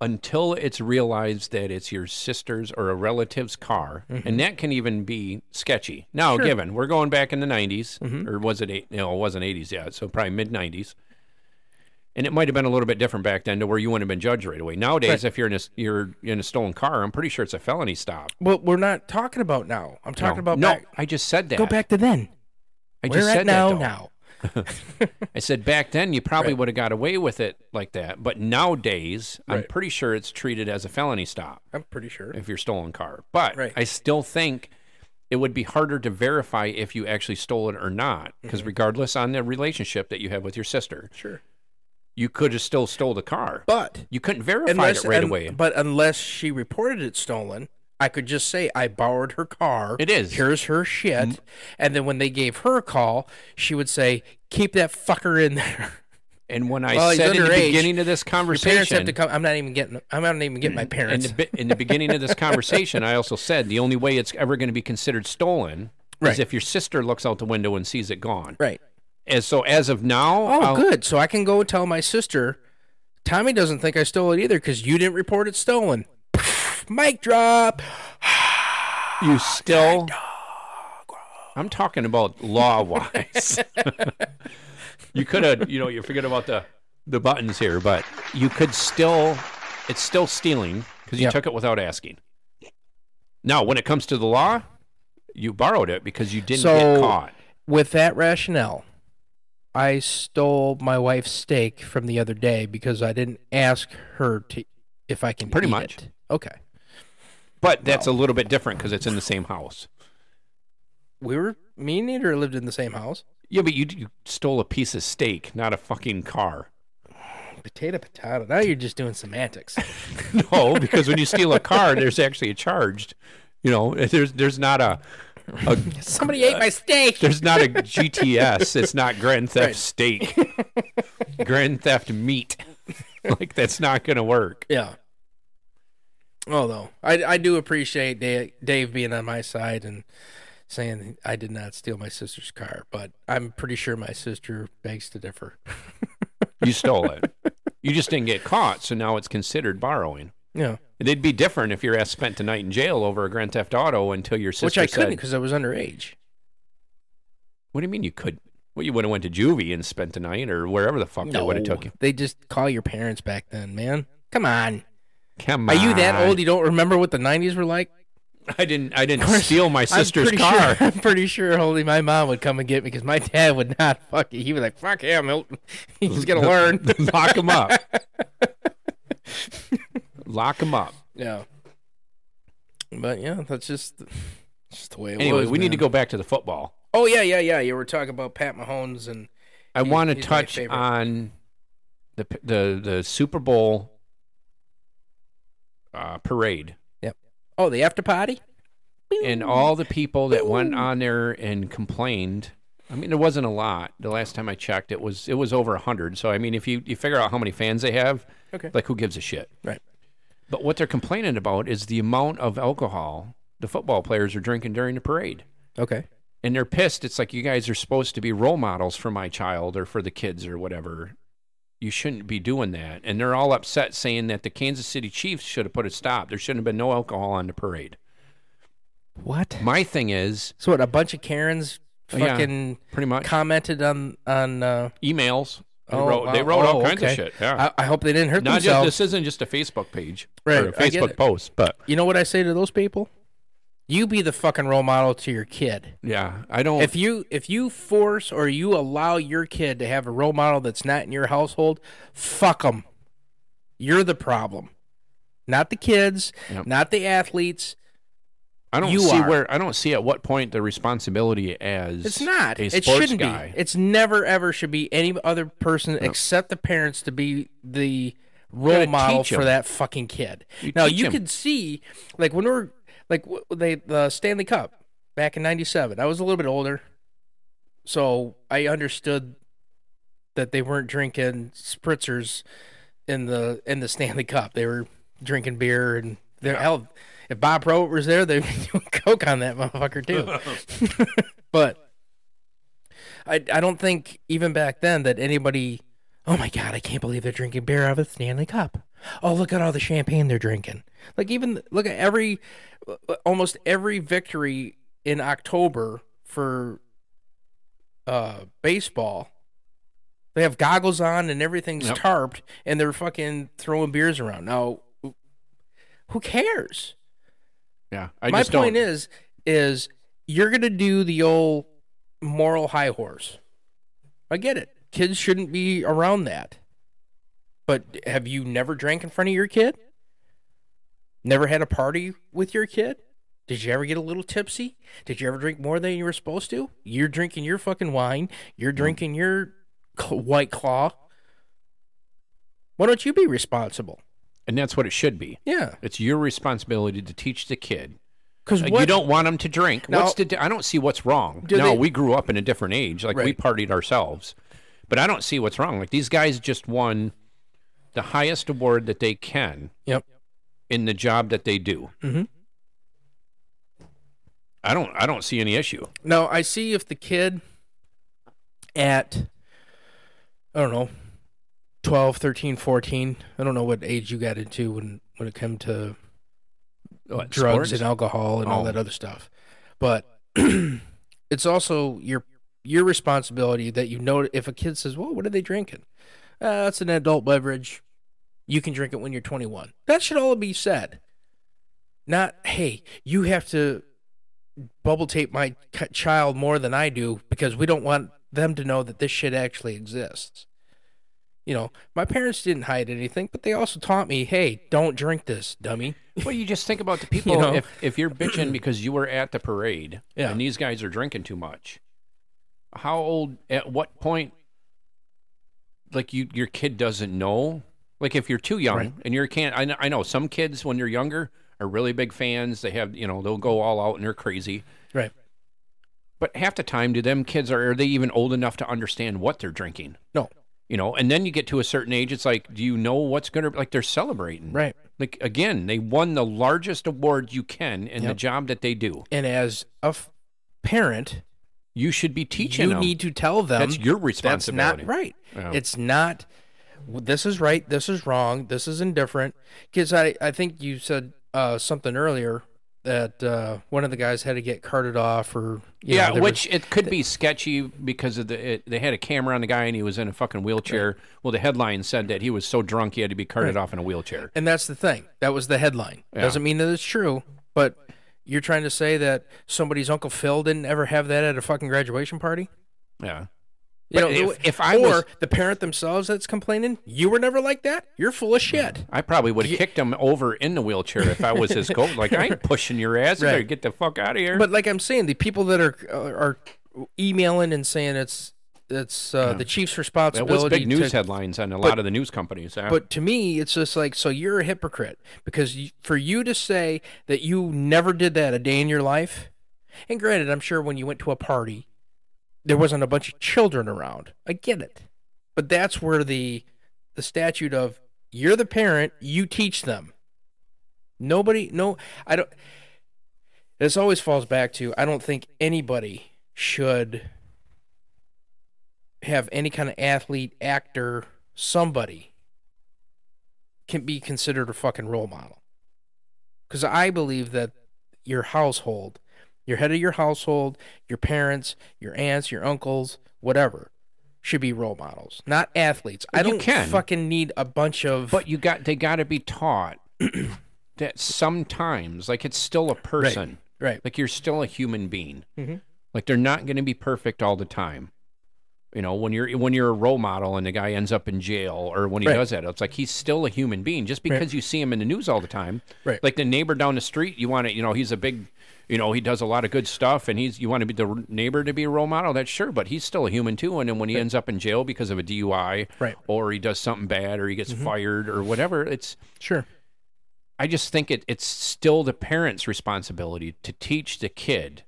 until it's realized that it's your sister's or a relative's car, and that can even be sketchy. Now,
Mm-hmm. Sure.
given we're going back in the 90s,
Mhm.
or was it eight? No, it wasn't 80s yet, so probably mid 90s. And it might have been a little bit different back then to where you wouldn't have been judged right away. Nowadays,
Right.
if you're in a you're in a stolen car, I'm pretty sure it's a felony stop.
Well, we're not talking about now. I'm talking
no,
about
no,
back.
I just said that.
Go back to then.
I
We're
just
at
said
now.
that though.
now.
I said back then you probably
Right.
would have got away with it like that, but nowadays I'm
Right.
pretty sure it's treated as a felony stop.
I'm pretty sure.
if your stolen car. But
Right.
I still think it would be harder to verify if you actually stole it or not,
Mm-hmm.
because regardless on the relationship that you have with your sister,
Sure.
you could have still stole the car.
But
you couldn't verify
unless
it right
un-
away.
But unless she reported it stolen, I could just say I borrowed her car.
It is.
Here's her shit. And then when they gave her a call, she would say, "Keep that fucker in there."
And when I
Well, he's
said in the
underage.
beginning of this
Your parents have
conversation,
to come. I'm not even getting. I'm not even getting my
in
parents.
the, bi- in the beginning of this conversation, I also said the only way it's ever going to be considered stolen
Right.
is if your sister looks out the window and sees it gone.
right.
And so as of now,
Oh,
I'll-
good. So I can go tell my sister, Tommy doesn't think I stole it either because you didn't report it stolen. Mic drop. Ah,
you still i'm talking about law wise you could have you know you forget about the the buttons here but you could still it's still stealing because you
Yeah.
took it without asking now when it comes to the law you borrowed it because you didn't get
So-
caught
With that rationale, I stole my wife's steak from the other day because I didn't ask her to if I can
Pretty
eat
much.
it. Okay.
but that's a little bit different because it's in the same house
We were me and Nita lived in the same house.
yeah but you, you stole a piece of steak not a fucking car
Potato potato. Now you're just doing semantics.
No, because when you steal a car, there's actually a charge. You know, there's there's not a, a
Somebody ate my steak.
there's not a GTS. It's not grand theft
Right.
steak, grand theft meat. Like that's not gonna work.
Yeah. Although I, I do appreciate Dave, Dave being on my side and saying I did not steal my sister's car, but I'm pretty sure my sister begs to differ.
You stole it. You just didn't get caught, so now it's considered borrowing.
Yeah,
It'd be different if your ass spent the night in jail over a grand theft auto until your sister
which I couldn't
said,
because I was underage.
"What do you mean you couldn't? Well, you would have went to juvie and spent the night, or wherever the fuck they would have took you."
They just call your parents back then, man. Come on.
Come
Are you that
on.
old? You don't remember what the '90s were like?
I didn't. I didn't
Of course,
steal my sister's
I'm pretty
car.
Sure, I'm pretty sure only my mom would come and get me because my dad would not fuck you. He was like, "Fuck him, he'll- he's gonna learn."
Lock him up. Lock him up.
Yeah. But yeah, that's just just the way it
Anyway,
was.
we need to
man.
go back to the football.
Oh yeah, yeah, yeah. You were talking about Pat Mahomes and
I
He-
want to
he's my
touch
favorite.
on the p- the the Super Bowl uh, parade
oh the after party.
and all the people that went on there and complained. I mean, there wasn't a lot. The last time I checked, it was it was over hundred. So I mean, if you you figure out how many fans they have,
Okay.
like who gives a shit?
Right.
But what they're complaining about is the amount of alcohol the football players are drinking during the parade.
Okay.
And they're pissed. It's like you guys are supposed to be role models for my child or for the kids or whatever. You shouldn't be doing that. And they're all upset saying that the Kansas City Chiefs should have put a stop. There shouldn't have been no alcohol on the parade.
What?
My thing is
So what? A bunch of Karens
Yeah.
fucking
pretty much
commented on on. Uh,
emails. They
oh,
wrote, they
uh,
wrote all
oh,
kinds
okay.
of shit. Yeah.
I, I hope they didn't hurt
Not just
themselves.
this isn't just a Facebook page or
Right,
a
I get
Facebook
it.
post, but
You know what I say to those people? You be the fucking role model to your kid.
Yeah, I don't.
If you if you force or you allow your kid to have a role model that's not in your household, fuck them. You're the problem, not the kids,
Yep.
not the athletes.
I don't
you
see
are.
where I don't see at what point the responsibility as
It's not.
a
it
sports
shouldn't
guy.
be. It's never ever should be any other person except the parents to be the role
gotta
model
teach
for
'em.
that fucking kid.
You
now
teach
you
'em.
could see like when we we're like w- they the Stanley Cup back in 97. I was a little bit older. So I understood that they weren't drinking spritzers in the in the Stanley Cup. They were drinking beer and their hell. If Bob Probert was there, they'd be doing coke on that motherfucker too. but I I don't think even back then that anybody. Oh my God! I can't believe they're drinking beer out of a Stanley Cup. Oh look at all the champagne they're drinking. Like even look at every uh, almost every victory in October for uh baseball. They have goggles on and everything's
Yep.
tarped, and they're fucking throwing beers around. Now, who cares?
yeah, I
My
just
point
don't.
is, is you're gonna do the old moral high horse. I get it. Kids shouldn't be around that. But have you never drank in front of your kid? Never had a party with your kid? Did you ever get a little tipsy? Did you ever drink more than you were supposed to? You're drinking your fucking wine. You're
Mm.
drinking your cl- white claw. Why don't you be responsible? Uh,
and that's what it should be.
Yeah.
It's your responsibility to teach the kid.
Because
Like,
what
you don't want them to drink.
Now-
what's the? di- I don't see what's wrong.
Do
No,
they-
we grew up in a different age. Like we
Right.
partied ourselves, but I don't see what's wrong. Like these guys just won the highest award that they can
Yep.
in the job that they do.
Mhm.
I don't. I don't see any issue.
Now I see if the kid at I don't know 12, 13, 14, I don't know what age you got into when when it came to
What,
drugs
sports?
and alcohol and all
Oh.
that other stuff. But it's also your your responsibility that you know if a kid says, "Well, what are they drinking?" Uh, it's an adult beverage. You can drink it when you're 21. That should all be said. Not, "Hey, you have to bubble tape my c- child more than I do because we don't want them to know that this shit actually exists." You know, my parents didn't hide anything, but they also taught me, "Hey, don't drink this, dummy."
Well, you just think about the people.
know?
If if you're bitching because you were at the parade
Yeah.
and these guys are drinking too much, how old? At what point? Like you, your kid doesn't know. Like if you're too young
Right.
and you're can't. I know, I know some kids when they're younger are really big fans. They have you know they'll go all out and they're crazy.
Right.
But half the time, do them kids are are they even old enough to understand what they're drinking?
No.
You know, and then you get to a certain age, it's like, do you know what's gonna like? They're celebrating,
Right.
like again, they won the largest award you can in the
Yep.
job that they do.
and as a f- parent,
You should be teaching
you
them.
need to tell them
That's your
that's
responsibility.
not right.
Yeah.
It's not. This is right. This is wrong. This is indifferent. Because I, I think you said uh, something earlier that uh, one of the guys had to get carted off or you know,
Yeah,
there
which it could be sketchy because of the it, they had a camera on the guy and he was in a fucking wheelchair. Well, the headline said that he was so drunk he had to be carted off in a wheelchair.
was- and that's the thing. That was the headline.
Yeah.
Doesn't mean that it's true, but you're trying to say that somebody's uncle Phil didn't ever have that at a fucking graduation party.
Yeah, But
You know,
if- if I
or
was-
the parent themselves that's complaining, you were never like that. You're full of shit.
I probably would have kicked him over in the wheelchair if I was his coach. Like I ain't pushing your ass. You
Right.
better get the fuck out of here.
But like I'm saying, the people that are uh, are emailing and saying it's it's uh, the chief's
that
responsibility.
was big news
to-
headlines on a lot of the news companies. Yeah.
But to me, it's just like so you're a hypocrite because you, for you to say that you never did that a day in your life, and granted, I'm sure when you went to a party, there wasn't a bunch of children around. I get it, but that's where the the statute of you're the parent, you teach them. Nobody, no, I don't. This always falls back to I don't think anybody should have any kind of athlete, actor, somebody can be considered a fucking role model. Because I believe that your household, your head of your household, your parents, your aunts, your uncles, whatever, should be role models, not athletes. I
You
don't
can.
fucking need a bunch of.
But you got they got to be taught that sometimes, like it's still a person.
Right.
Like you're still a human being.
Mhm.
Like they're not going to be perfect all the time. You know, when you're when you're a role model and the guy ends up in jail or when he
Right.
does that, it's like he's still a human being. Just because you see him in the news all the time,
Right.
Like the neighbor down the street, you want to, you know, he's a big, you know, he does a lot of good stuff, and he's you want to be the neighbor to be a role model. That's sure, but he's still a human too. And then when he ends up in jail because of a DUI,
Right. Mm-hmm.
or he does something bad, or he gets fired, or whatever, it's
Sure.
I just think it, it's still the parents' responsibility to teach the kid.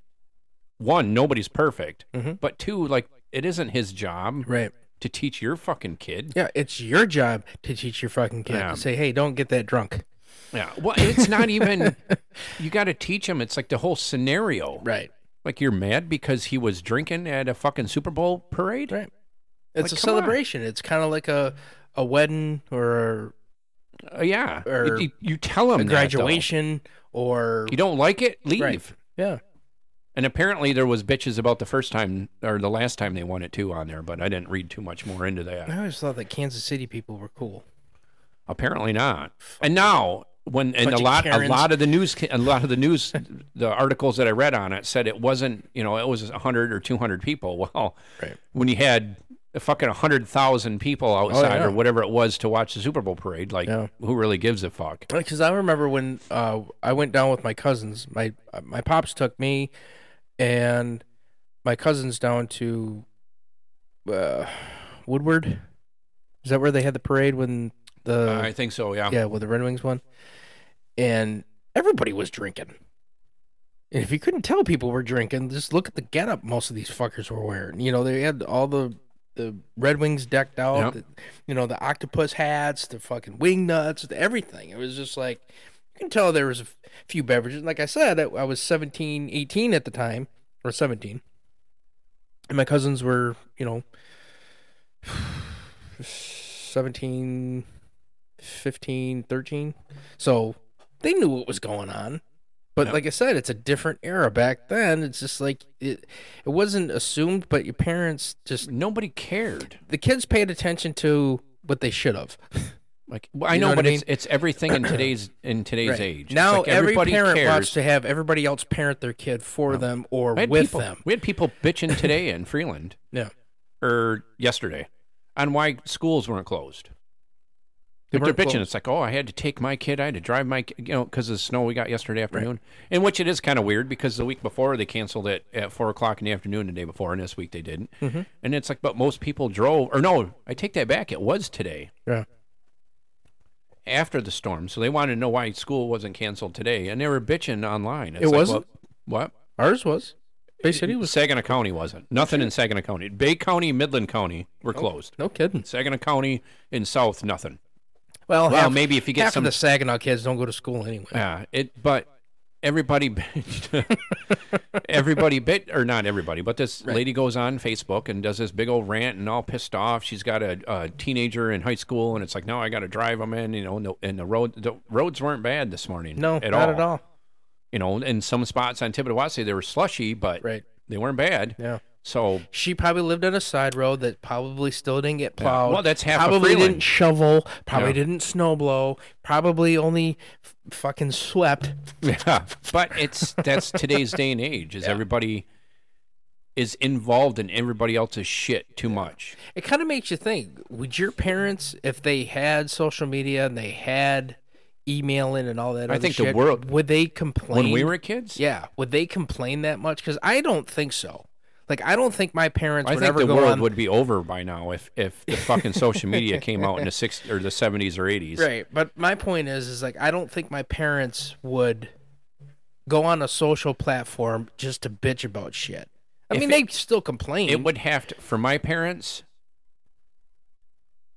One, nobody's perfect,
Mhm.
but two, like it isn't his job
Right.
to teach your fucking kid.
Yeah, it's your job to teach your fucking kid
Yeah.
to say, "Hey, don't get that drunk."
Yeah, well, it's not even. you got to teach him. It's like the whole scenario.
Right.
Like you're mad because he was drinking at a fucking Super Bowl parade.
Right.
Like,
It's a
come on.
celebration. It's kind of like a a wedding or
Uh, yeah,
Or
you, you tell him
a
that, though.
graduation or
you don't like it, leave.
Right. yeah.
And apparently there was bitches about the first time or the last time they won it too on there, but I didn't read too much more into that.
I always thought that Kansas City people were cool.
Apparently not. And now when and a
Bunch of
lot a
Karens.
lot of the news a lot of the news the articles that I read on it said it wasn't, you know, it was 100 or 200 people. Well,
Right. Oh,
when you had a fucking 100,000 people outside
yeah.
or whatever it was to watch the Super Bowl parade, like
Yeah.
who really gives a fuck?
Because I remember when uh, I went down with my cousins. My my pops took me and my cousins down to uh, Woodward. Is that where they had the parade when the
I think so, yeah.
Uh, yeah, with the Red Wings one. And everybody was drinking. And if you couldn't tell people were drinking, just look at the getup most of these fuckers were wearing. You know, they had all the the Red Wings decked out, the, you know, the octopus hats, the fucking wing nuts, the everything. It was just like you can tell there was a f- few beverages. Like I said, I, I was 17, 18 at the time, or 17. And my cousins were, you know, 17, 15, 13. So they knew what was going on. But
Yeah.
like I said, it's a different era back then. It's just like it, it wasn't assumed, but your parents just
Nobody cared.
the kids paid attention to what they should have.
Like well, I
You
know,
know what
but
I
it's it's everything in today's in today's age. It's
Now
like
every
everybody
parent
cares.
wants to have everybody else parent their kid for them or
We had
with
people,
them.
We had people bitching today in Freeland
Yeah.
or yesterday on why schools weren't closed.
They
Like, They're
weren't
bitching.
closed.
It's like, oh, I had to take my kid. I had to drive my, ki- you know, because of the snow we got yesterday afternoon. In which it is kind of weird because the week before they canceled it at four o'clock in the afternoon the day before, and this week they didn't.
Mm-hmm.
And it's like, but most people drove, or no, I take that back. It was today
Yeah.
after the storm, so they wanted to know why school wasn't canceled today, and they were bitching online. It's
It
like,
wasn't?
What? what?
Ours was. Bay City was
Saginaw County wasn't. Nothing in Saginaw County. Bay County, Midland County
Oh.
were closed.
no kidding.
Saginaw County in South, nothing.
Well,
Well,
Oh, half-
maybe if you get
half of
some-
the Saginaw kids don't go to school anyway.
Yeah, it. But everybody, bitched. everybody bit or not everybody, but this lady goes on Facebook and does this big old rant and all pissed off. She's got a, a teenager in high school, and it's like, no, I got to drive them in. You know, and the, and the road the roads weren't bad this morning.
No,
at
not
all.
at all.
You know, in some spots on Tippetawassie, they were slushy, but
Right.
they weren't bad.
Yeah.
So
She probably lived on a side road that probably still didn't get plowed.
Well, that's half of
Probably
Freeland.
didn't shovel. Probably
Yeah.
didn't snow blow. Probably only f- fucking swept.
Yeah, but it's that's today's day and age. Is everybody is involved in everybody else's shit too much?
It kind of makes you think: Would your parents, if they had social media and they had emailing and all that,
I
other
think the
shit,
world-
would they complain
When we were kids,
Yeah, would they complain that much? Because I don't think so. Like, I don't think my parents
I
would
think
ever
the
go
world
on.
would be over by now if if the fucking social media came out in the six or the seventies or eighties.
Right, but my point is, is like I don't think my parents would go on a social platform just to bitch about shit. I
If
mean, they still complain.
It would have to for my parents.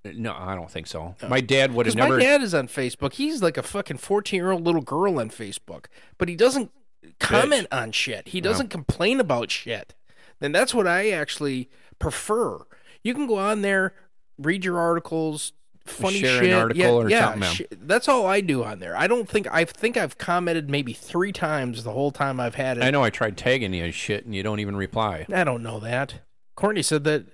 No, I don't think so. My dad would have
because
never.
my dad is on Facebook. He's like a fucking fourteen-year-old little girl on Facebook, but he doesn't comment on shit. He doesn't complain about shit. And that's what I actually prefer. You can go on there, read your articles, funny
Share an
shit.
article
yeah,
or
yeah,
something, yeah.
shi- that's all I do on there. I don't think I think I've commented maybe three times the whole time I've had it.
I know I tried tagging you as shit and you don't even reply.
I don't know that. Courtney said that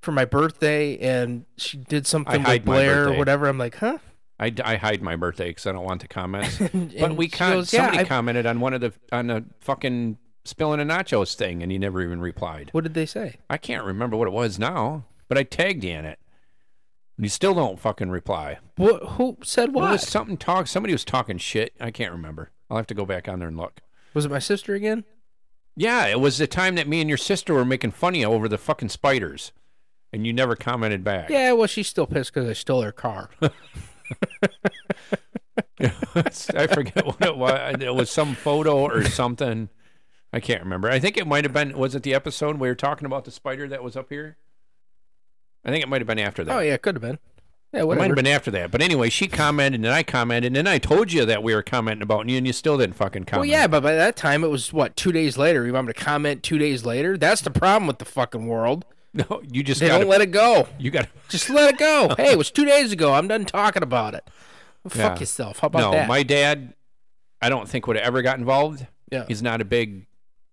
for my birthday, and she did something
hide
with
my
Blair or
birthday.
whatever. I'm like, huh?
I, I hide my birthday because I don't want the comments. But
And
we
she
con-
goes,
somebody
I-
commented on one of the on the fucking spilling a nachos thing, and he never even replied.
What did they say?
I can't remember what it was now, but I tagged you in it. And you still don't fucking reply.
What? Who said
What
what?
was something talk? Somebody was talking shit. I can't remember. I'll have to go back on there and look.
Was it my sister again?
Yeah, it was the time that me and your sister were making funny over the fucking spiders, and you never commented back.
Yeah. Well, she's still pissed because I stole her car.
I forget what it was. It was some photo or something. I can't remember. I think it might have been. Was it the episode we were talking about the spider that was up here? I think it might have been after that.
oh yeah, could have been. Yeah,
It might
whatever.
have been after that. But anyway, she commented and I commented and then I told you that we were commenting about you and you still didn't fucking
Well,
comment.
yeah, but by that time it was what two days later. You want me to comment two days later? That's the problem with the fucking world.
No, you just
They
got
don't let it go.
you got
Just let it go. hey, it was two days ago. I'm done talking about it.
Yeah.
Fuck yourself. How about
No,
that?
my dad I don't think would have ever got involved.
Yeah.
He's not a big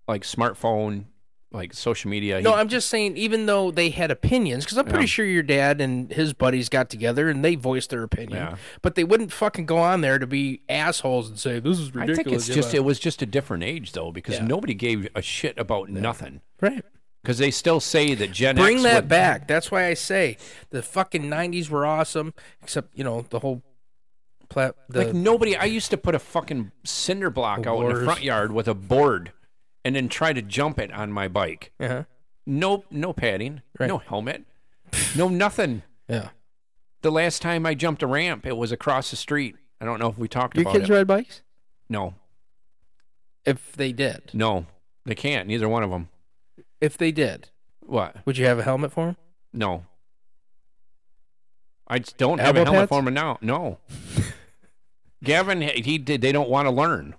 like smartphone like social media.
No,
He-
I'm just saying, even though they had opinions, because I'm pretty
Yeah.
sure your dad and his buddies got together and they voiced their opinion,
Yeah.
but they wouldn't fucking go on there to be assholes and say, this is
I
ridiculous.
think it's
you
just
know?
it was just a different age though because
Yeah.
nobody gave a shit about nothing.
Right.
Because they still say that Gen
Bring
X
that
would-
back. That's why I say the fucking 90s were awesome, except, you know, the whole plat. The,
Like nobody, I used to put a fucking cinder block out in the
Wars.
front yard with a board, and then try to jump it on my bike.
uh-huh.
No, no padding,
Right.
no helmet, no nothing.
Yeah.
The last time I jumped a ramp, it was across the street. I don't know if we talked
Your
about
kids
it.
ride bikes?
No,
If they did.
no, they can't. Neither one of them.
If they did,
What?
would you have a helmet for them?
No. I just don't have a
Elbow
helmet
pads?
for him now. No. Gavin, he did. They don't want to learn.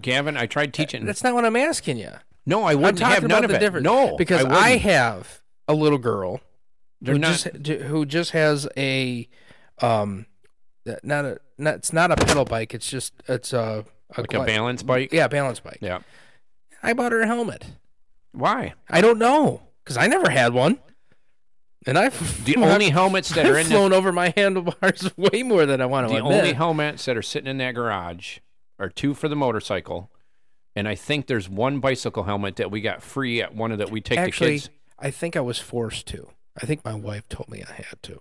Gavin, I tried teaching.
That's not what I'm asking you.
No, I
I'm
wouldn't
talking
have
about
none of
the
it.
difference.
No,
because
wouldn't.
I have a little girl
They're
who
not-
just ju- who just has a um not a not it's not a pedal bike it's just it's a, a
like a
gla-
balance bike.
yeah balance bike
Yeah.
i bought her a helmet
Why?
i don't know because i never had one and i've
The
I've-
only helmets that are
I've
in the,
flown over my handlebars way more than i want to
the
admit
only helmets that are sitting in that garage are two for the motorcycle, and I think there's one bicycle helmet that we got free at one of that we take
actually
the kids.
i think i was forced to i think my wife told me i had to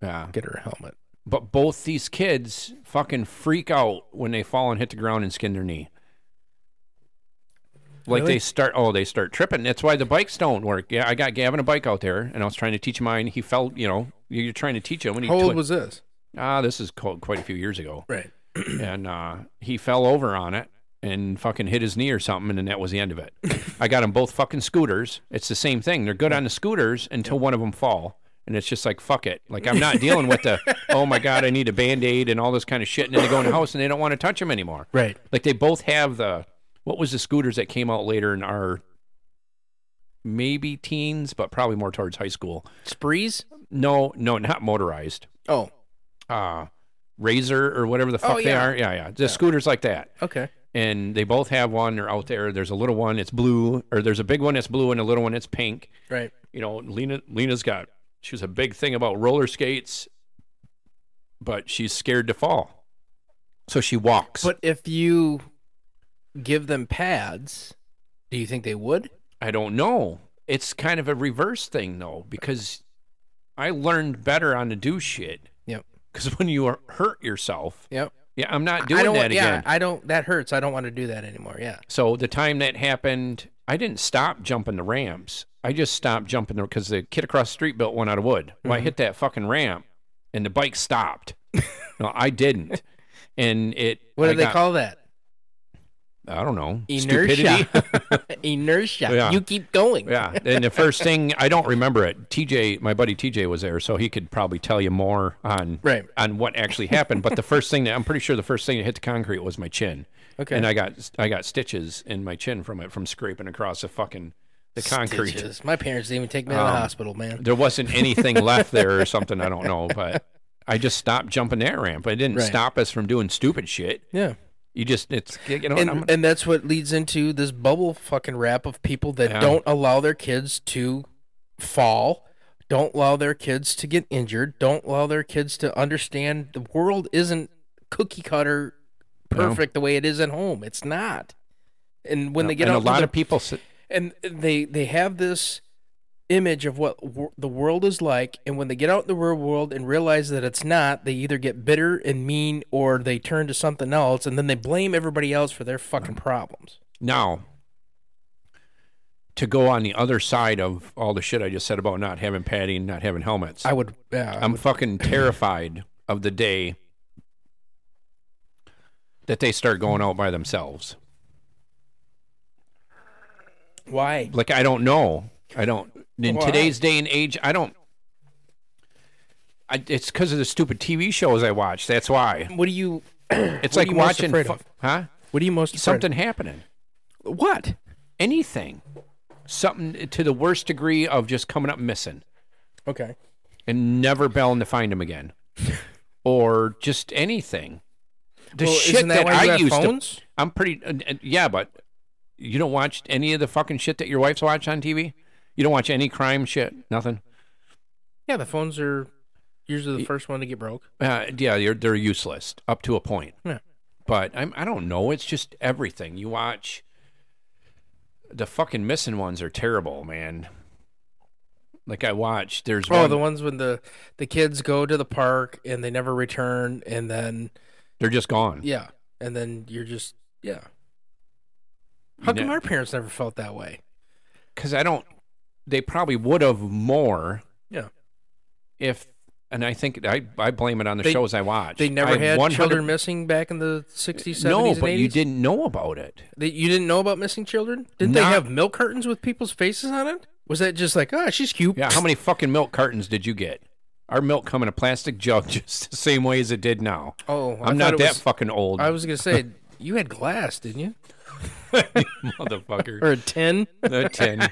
Yeah.
get her a helmet
But both these kids fucking freak out when they fall and hit the ground and skin their knee. Like
Really?
they start, oh, they start tripping. That's why the bikes don't work. Yeah, I got Gavin a bike out there, and I was trying to teach mine. He fell, you know, you're trying to teach him, and he
how old
twi-
was this
ah, this is co- quite a few years ago.
right
and uh, he fell over on it and fucking hit his knee or something, and then that was the end of it. I got him both fucking scooters. It's the same thing. They're good on the scooters until one of them fall, and it's just like fuck it. Like I'm not dealing with the oh my god, I need a band aid and all this kind of shit, and then they go in the house and they don't want to touch them anymore.
right
Like they both have the what was the scooters that came out later in our maybe teens, but probably more towards high school.
sprees
No, no, not motorized.
oh
Uh, Razor or whatever the
Oh,
fuck they
yeah.
are. Yeah, yeah. The scooters like that
okay
and they both have one. They're out there. There's a little one. It's blue, or there's a big one that's blue and a little one that's pink.
right
You know, Lena. Lena's got. She was a big thing about roller skates, but she's scared to fall, so she walks.
But if you give them pads, do you think they would?
I don't know. It's kind of a reverse thing though, because I learned better on to do shit.
Yep.
Because when you are hurt yourself,
Yep.
yeah, I'm not
I
doing
don't,
that
yeah,
again.
I don't. That hurts. I don't want to do that anymore. Yeah.
So the time that happened, I didn't stop jumping the ramps. I just stopped jumping because the kid across the street built one out of wood. Well,
Mm-hmm.
I hit that fucking ramp, and the bike stopped. no, I didn't. And it.
What do
I
they
got-
call that?
I don't know.
Inertia.
Stupidity.
Inertia.
Yeah.
You keep going.
yeah. And the first thing I don't remember it. TJ, my buddy TJ was there, so he could probably tell you more on
Right.
on what actually happened. But the first thing that I'm pretty sure the first thing that hit the concrete was my chin.
Okay.
And uh, I got I got stitches in my chin from it from scraping across the fucking the concrete.
Stitches. My parents didn't even take me to the
Um,
hospital, man.
there wasn't anything left there or something. I don't know, but I just stopped jumping that ramp. It didn't
Right.
stop us from doing stupid shit.
Yeah.
You just it's you know
And,
I'm-
and that's what leads into this bubble fucking wrap of people that
Yeah.
don't allow their kids to fall, Don't allow their kids to get injured. Don't allow their kids to understand the world isn't cookie cutter
No.
perfect the way it is at home. It's not. And when
No,
they get
and
out
a
to
lot
the-
of people s-
and they they have this image of what wor- the world is like and when they get out in the real world and realize that it's not they either get bitter and mean or they turn to something else and then they blame everybody else for their fucking problems
Now, to go on the other side of all the shit I just said about not having padding, not having helmets,
i would uh, yeah I
I'm
would-
fucking terrified of the day that they start going out by themselves.
why
Like I don't know. I don't. In
Well, I-
today's day and age, I don't. I, it's because of the stupid TV shows I watch. That's why.
what do you
It's
What are
like
you most
watching,
afraid
fu-
of?
huh?
what do you most afraid of?
Something happening.
what
Anything. Something to the worst degree of just coming up missing.
okay
and never belling to find him again, or just anything. The
Well,
shit
isn't
that,
that why you
I
have
used
phones?
to. I'm pretty. Uh, uh, yeah, but you don't watch any of the fucking shit that your wife's watch on TV. You don't watch any crime shit. Nothing.
yeah the phones are usually the first one to get broke Oh,
Uh, yeah, they're they're useless up to a point.
Yeah.
But I'm I don't know. It's just everything you watch. The fucking missing ones are terrible, man. Like I watched. There's
oh
one-
the ones when the the kids go to the park and they never return and then
they're just gone.
Yeah. And then you're just yeah.
You
How
know-
come our parents never felt that way?
because I don't. They probably would have more
Yeah.
if, and I think I, I blame it on the
They-
shows I watch.
They never
I
had
100
children missing back in the 60s, 70s,
No,
and
but you
80s?
didn't know about it.
They- you didn't know about missing children? Didn't they
Not-
have milk curtains with people's faces on it? Was that just like, oh, she's cute?
Yeah, how many fucking milk cartons did you get? Our milk come in a plastic jug, just the same way as it did now.
Oh, I
I'm
thought
not
it
that
was-
fucking old,
I was gonna say you had glass, didn't you?
motherfucker.
Or a tin?
the tin.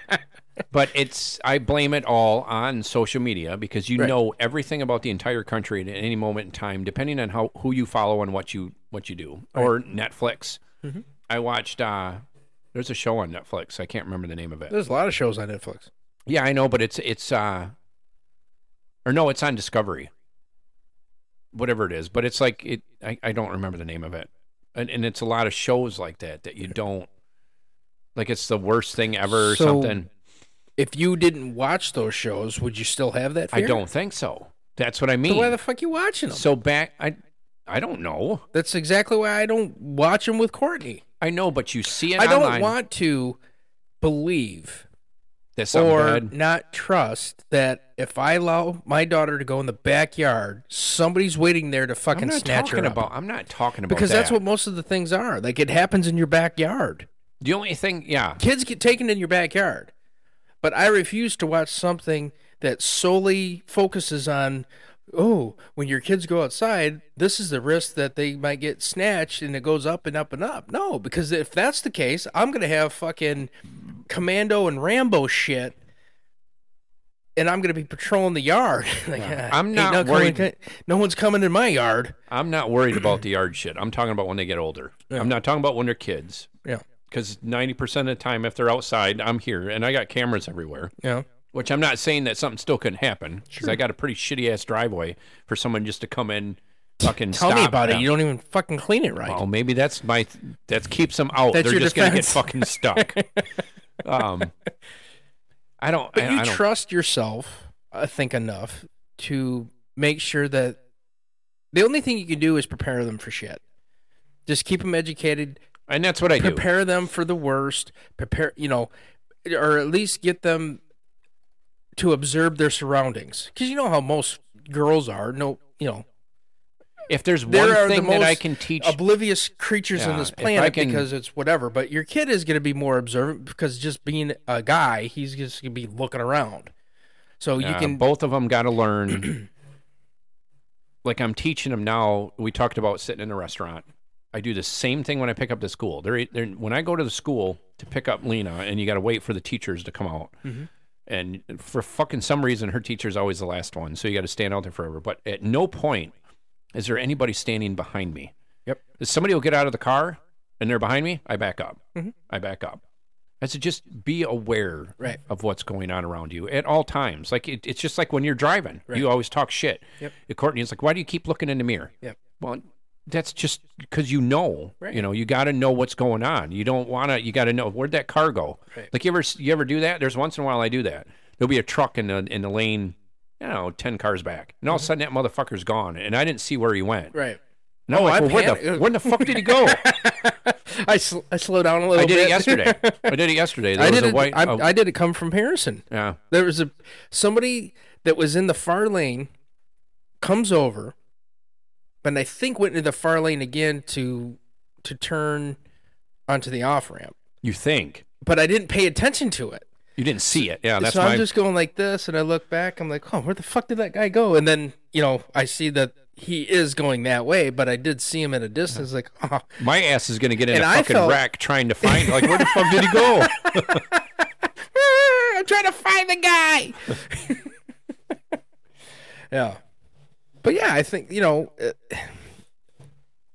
But it's I blame it all on social media because you
Right.
know everything about the entire country at any moment in time, depending on how who you follow and what you what you do or Netflix.
Mm-hmm.
I watched uh, there's a show on Netflix. I can't remember the name of it.
There's a lot of shows on Netflix.
Yeah, I know, but it's it's uh, or no, it's on Discovery. Whatever it is, but it's like it. I, I don't remember the name of it, and and it's a lot of shows like that that you don't like. It's the worst thing ever or
So,
something.
If you didn't watch those shows, would you still have that?
I
fear?
don't think so. That's what I mean.
Then why the fuck you watching them?
so back, I, I don't know.
That's exactly why I don't watch them with Courtney.
I know, but you see it.
I don't
online,
want to believe
that's something
or
bad.
not trust that if I allow my daughter to go in the backyard, somebody's waiting there to
I'm
fucking
not
snatch her
talking
up.
about. I'm not talking about
because that's
that.
what most of the things are. Like it happens in your backyard.
the only thing. Yeah,
Kids get taken in your backyard. But I refuse to watch something that solely focuses on oh, when your kids go outside, this is the risk that they might get snatched and it goes up and up and up. No, because if that's the case, I'm going to have fucking commando and Rambo shit and I'm going to be patrolling the yard. Like, ah,
I'm
ain't
not
no
worried-
coming- no one's coming in my yard.
I'm not worried about the yard shit. I'm talking about when they get older. I'm not talking about when they're kids.
Yeah.
Because ninety percent of the time, if they're outside, I'm here and I got cameras everywhere.
Yeah.
Which I'm not saying that something still couldn't happen because I got a pretty shitty ass driveway for someone just to come in, fucking
Tell me
stop
about
them.
it. You don't even fucking clean it right.
Oh, maybe that's my that keeps them out.
That's
They're
your
just
defense.
gonna get fucking stuck. um, I don't.
But
I,
you
I don't.
trust yourself, I think, enough to make sure that the only thing you can do is prepare them for shit. Just keep them educated,
and that's what I do.
prepare them for the worst, prepare, you know, or at least get them to observe their surroundings. Because you know how most girls are. No, you know,
If there's
there
one
are the
thing that I
most
can teach,
oblivious creatures
Yeah,
on this
if I
planet
can-
because it's whatever. But your kid is going to be more observant because just being a guy, he's just going to be looking around. So you
uh,
can
both of them got to learn. like I'm teaching them now. We talked about sitting in a restaurant. I do the same thing when I pick up the school. They're, they're when I go to the school to pick up Lena, and you got to wait for the teachers to come out.
Mm-hmm.
And for fucking some reason, her teacher's always the last one, so you got to stand out there forever. But at no point is there anybody standing behind me.
Yep.
Somebody will get out of the car, and they're behind me. I back up. I back up. That's to just be aware
Mm-hmm. Right.
of what's going on around you at all times. Like it, it's just like when you're driving, you always talk shit.
Yep.
And Courtney is like, "Why do you keep looking in the mirror?"
Yep.
Well, that's just because you know.
Right.
You know, you got to know what's going on. You don't want to. You got to know where'd that car go.
Right.
Like you ever you ever do that? There's once in a while I do that. There'll be a truck in the in the lane, you know, ten cars back, and all of
Mm-hmm.
a sudden that motherfucker's gone, and I didn't see where he went.
Right.
And I'm
Oh, I
like, well, where the
panicked.
where the fuck did he go?
I, sl- I slow down a little
I did
bit.
it yesterday. I did it yesterday. There
I
was
did
a
it.
white. oh.
I,
a-
I did it come from Harrison.
yeah.
There was a somebody that was in the far lane comes over, but I think went into the far lane again to to turn onto the off ramp.
You think
But I didn't pay attention to it.
you didn't see it? Yeah, that's
so
my.
I'm just going like this, and I look back. I'm like, oh, where the fuck did that guy go? And then you know, I see that he is going that way, but I did see him at a distance. Like, oh,
My ass is gonna get in
And
a
I
fucking
felt-
wreck trying to find like where the fuck did he go?
"Ah, I'm trying to find the guy. yeah, but yeah, I think you know, uh,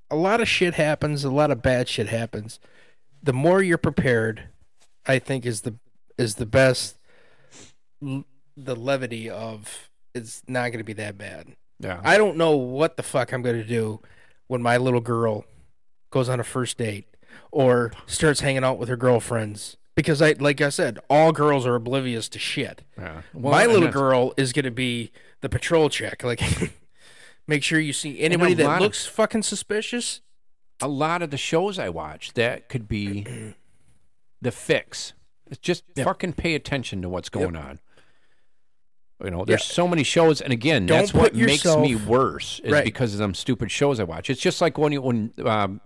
a lot of shit happens. A lot of bad shit happens. The more you're prepared, I think is the is the best. l- The levity of it's not going to be that bad.
Yeah,
I don't know what the fuck I'm gonna do when my little girl goes on a first date or starts hanging out with her girlfriends. Because I like I said, all girls are oblivious to shit.
yeah.
my
and
little
that's-
girl is gonna be the patrol check. Like make sure you see anybody
lot
that
of-
looks fucking suspicious.
A lot of the shows I watch that could be the fix. It's just fucking pay attention to what's going on. You know, there's so many shows, and again,
Don't
that's
put
what
yourself-
makes me worse is
Right.
because of them stupid shows I watch. It's just like when you, when um,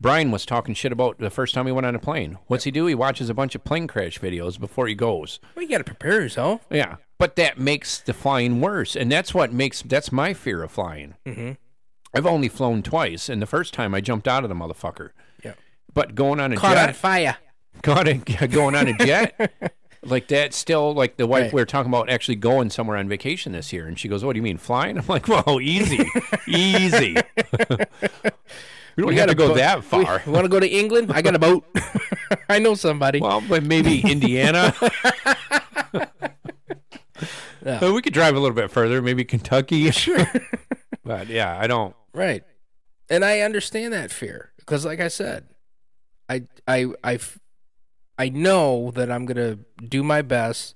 Brian was talking shit about the first time he went on a plane. What's he do? He watches a bunch of plane crash videos before he goes.
Well you gotta prepare yourself.
Yeah, but that makes the flying worse, and that's what makes that's my fear of flying.
Mm-hmm.
I've only flown twice, and the first time I jumped out of the motherfucker.
Yeah.
But going on a
Caught on
jet,
fire.
caught on, going on a jet, like that still like the wife
Right.
we were talking about actually going somewhere on vacation this year, and she goes, "What do you mean flying?" I'm like, "Well, easy, easy. we don't have to go that far."
You wanna go to England? I got a boat. I know somebody.
Well, but maybe Indiana.
Yeah.
Uh, we could drive a little bit further, maybe Kentucky. Sure. but yeah, I don't.
Right. And I understand that fear because like I said, I I I f- I know that I'm going to do my best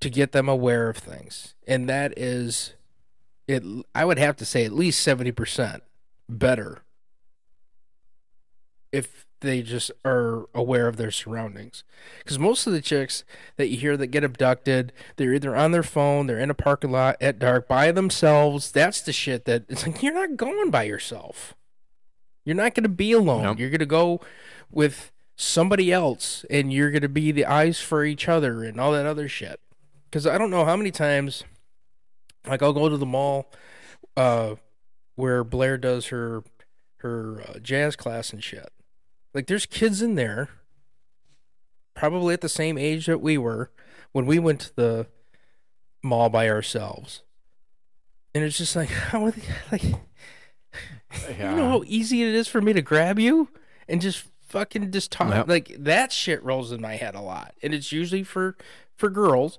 to get them aware of things. And that is it I would have to say at least 70% better if they just are aware of their surroundings. Cuz most of the chicks that you hear that get abducted, they're either on their phone, they're in a parking lot at dark by themselves. That's the shit that it's like you're not going by yourself. You're not going to be alone.
Nope.
You're going to go with somebody else and you're going to be the eyes for each other and all that other shit. Cuz I don't know how many times like I'll go to the mall uh where Blair does her her uh, jazz class and shit. Like there's kids in there probably at the same age that we were when we went to the mall by ourselves. And it's just like how are they, like
Yeah.
you know how easy it is for me to grab you and just fucking just talk
Yep.
like that shit rolls in my head a lot. And it's usually for for girls.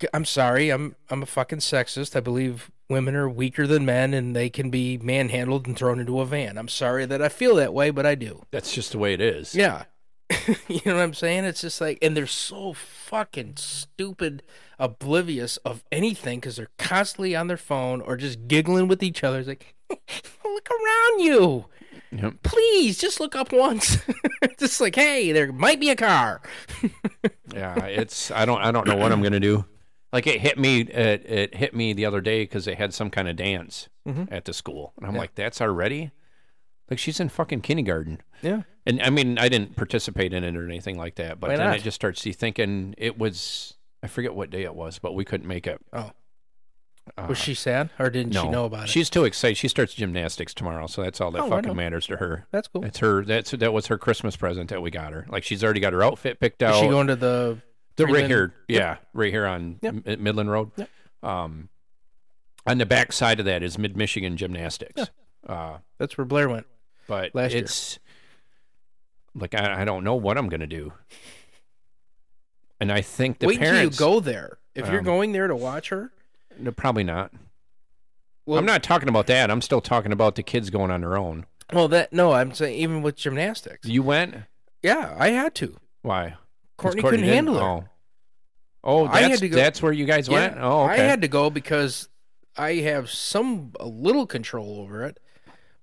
G- I'm sorry, I'm I'm a fucking sexist. I believe women are weaker than men and they can be manhandled and thrown into a van. I'm sorry that I feel that way, but I do.
That's just the way it is.
Yeah. you know what I'm saying? It's just like, and they're so fucking stupid, oblivious of anything because they're constantly on their phone or just giggling with each other. It's like, look around you.
Yep.
Please just look up once. just like, hey, there might be a car.
yeah it's i don't i don't know what i'm gonna do like it hit me it, it hit me the other day because they had some kind of dance
Mm-hmm.
at the school and i'm like that's already like she's in fucking kindergarten
Yeah.
and i mean i didn't participate in it or anything like that but
Why
then
not?
it just starts you thinking it was i forget what day it was but we couldn't make it
Oh.
Uh,
Was she sad or didn't she know about it?
she's too excited she starts gymnastics tomorrow so that's all that
Oh, I know.
fucking matters to her
That's cool.
that's her that's that was her christmas present that we got her like she's already got her outfit picked out
Is she going to the.
the
Three
right
Lin-
here, yeah, right here on
Yep.
M- Midland Road.
Yep.
Um, on the back side of that is Mid Michigan Gymnastics. Uh,
That's where Blair went.
but
Last year.
it's Like I, I don't know what I'm gonna do. And I think the
Wait
parents
until you go there. If you're
Um,
going there to watch her,
No, probably not.
well,
I'm not talking about that. I'm still talking about the kids going on their own.
Well, that no, I'm saying even with gymnastics.
You went?
Yeah, I had to.
Why? 'Cause
Courtney,
Courtney didn't?
couldn't handle it.
Oh. Oh,
I
that's,
had to go-
that's where you guys
Yeah,
went? Oh, okay.
I had to go because I have some a little control over it,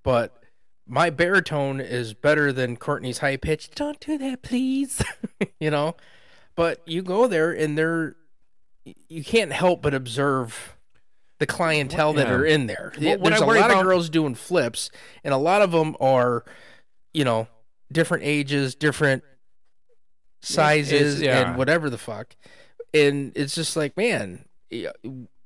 but my baritone is better than Courtney's high pitch. Don't do that, please. you know, but you go there and they're you can't help but observe the clientele that
Yeah.
are in there.
What- what
There's
I
a lot
worry
of
about-
girls doing flips, and a lot of them are, you know, different ages, different sizes,
yeah.
and whatever the fuck. And it's just like, man, y-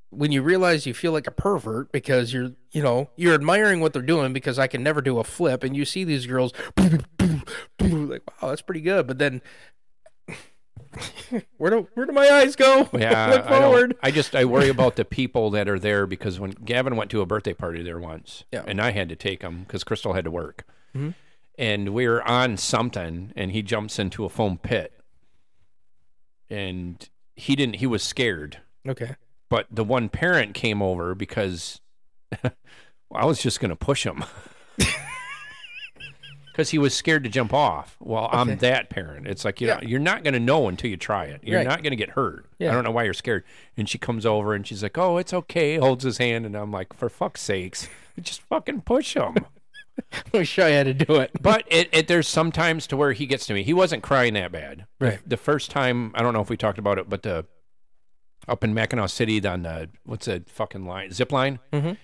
when you realize you feel like a pervert because you're, you know, you're admiring what they're doing because I can never do a flip, and you see these girls, like, wow, that's pretty good. But then, where do where do my eyes go?
Yeah,
look
I don't-
forward.
I, just I worry about the people that are there because when Gavin went to a birthday party there once,
Yeah.
and I had to take him because Crystal had to work,
Mhm.
and we were on something, and he jumps into a foam pit, and he didn't. He was scared,
Okay.
but the one parent came over because I was just going to push him. Because he was scared to jump off. Well, I'm
Okay.
that parent. It's like you
Yeah.
know, you're not going to know until you try it. You're
Right.
not going to get hurt.
Yeah.
I don't know why you're scared. And she comes over and she's like, "Oh, it's okay." Holds his hand, and I'm like, "For fuck's sakes, just fucking push him."
I'll show you how to do it.
but it, it there's sometimes to where he gets to me. He wasn't crying that bad. The-
Right.
The, first time, I don't know if we talked about it, but the up in Mackinac City on the what's that fucking line zip line.
Mhm.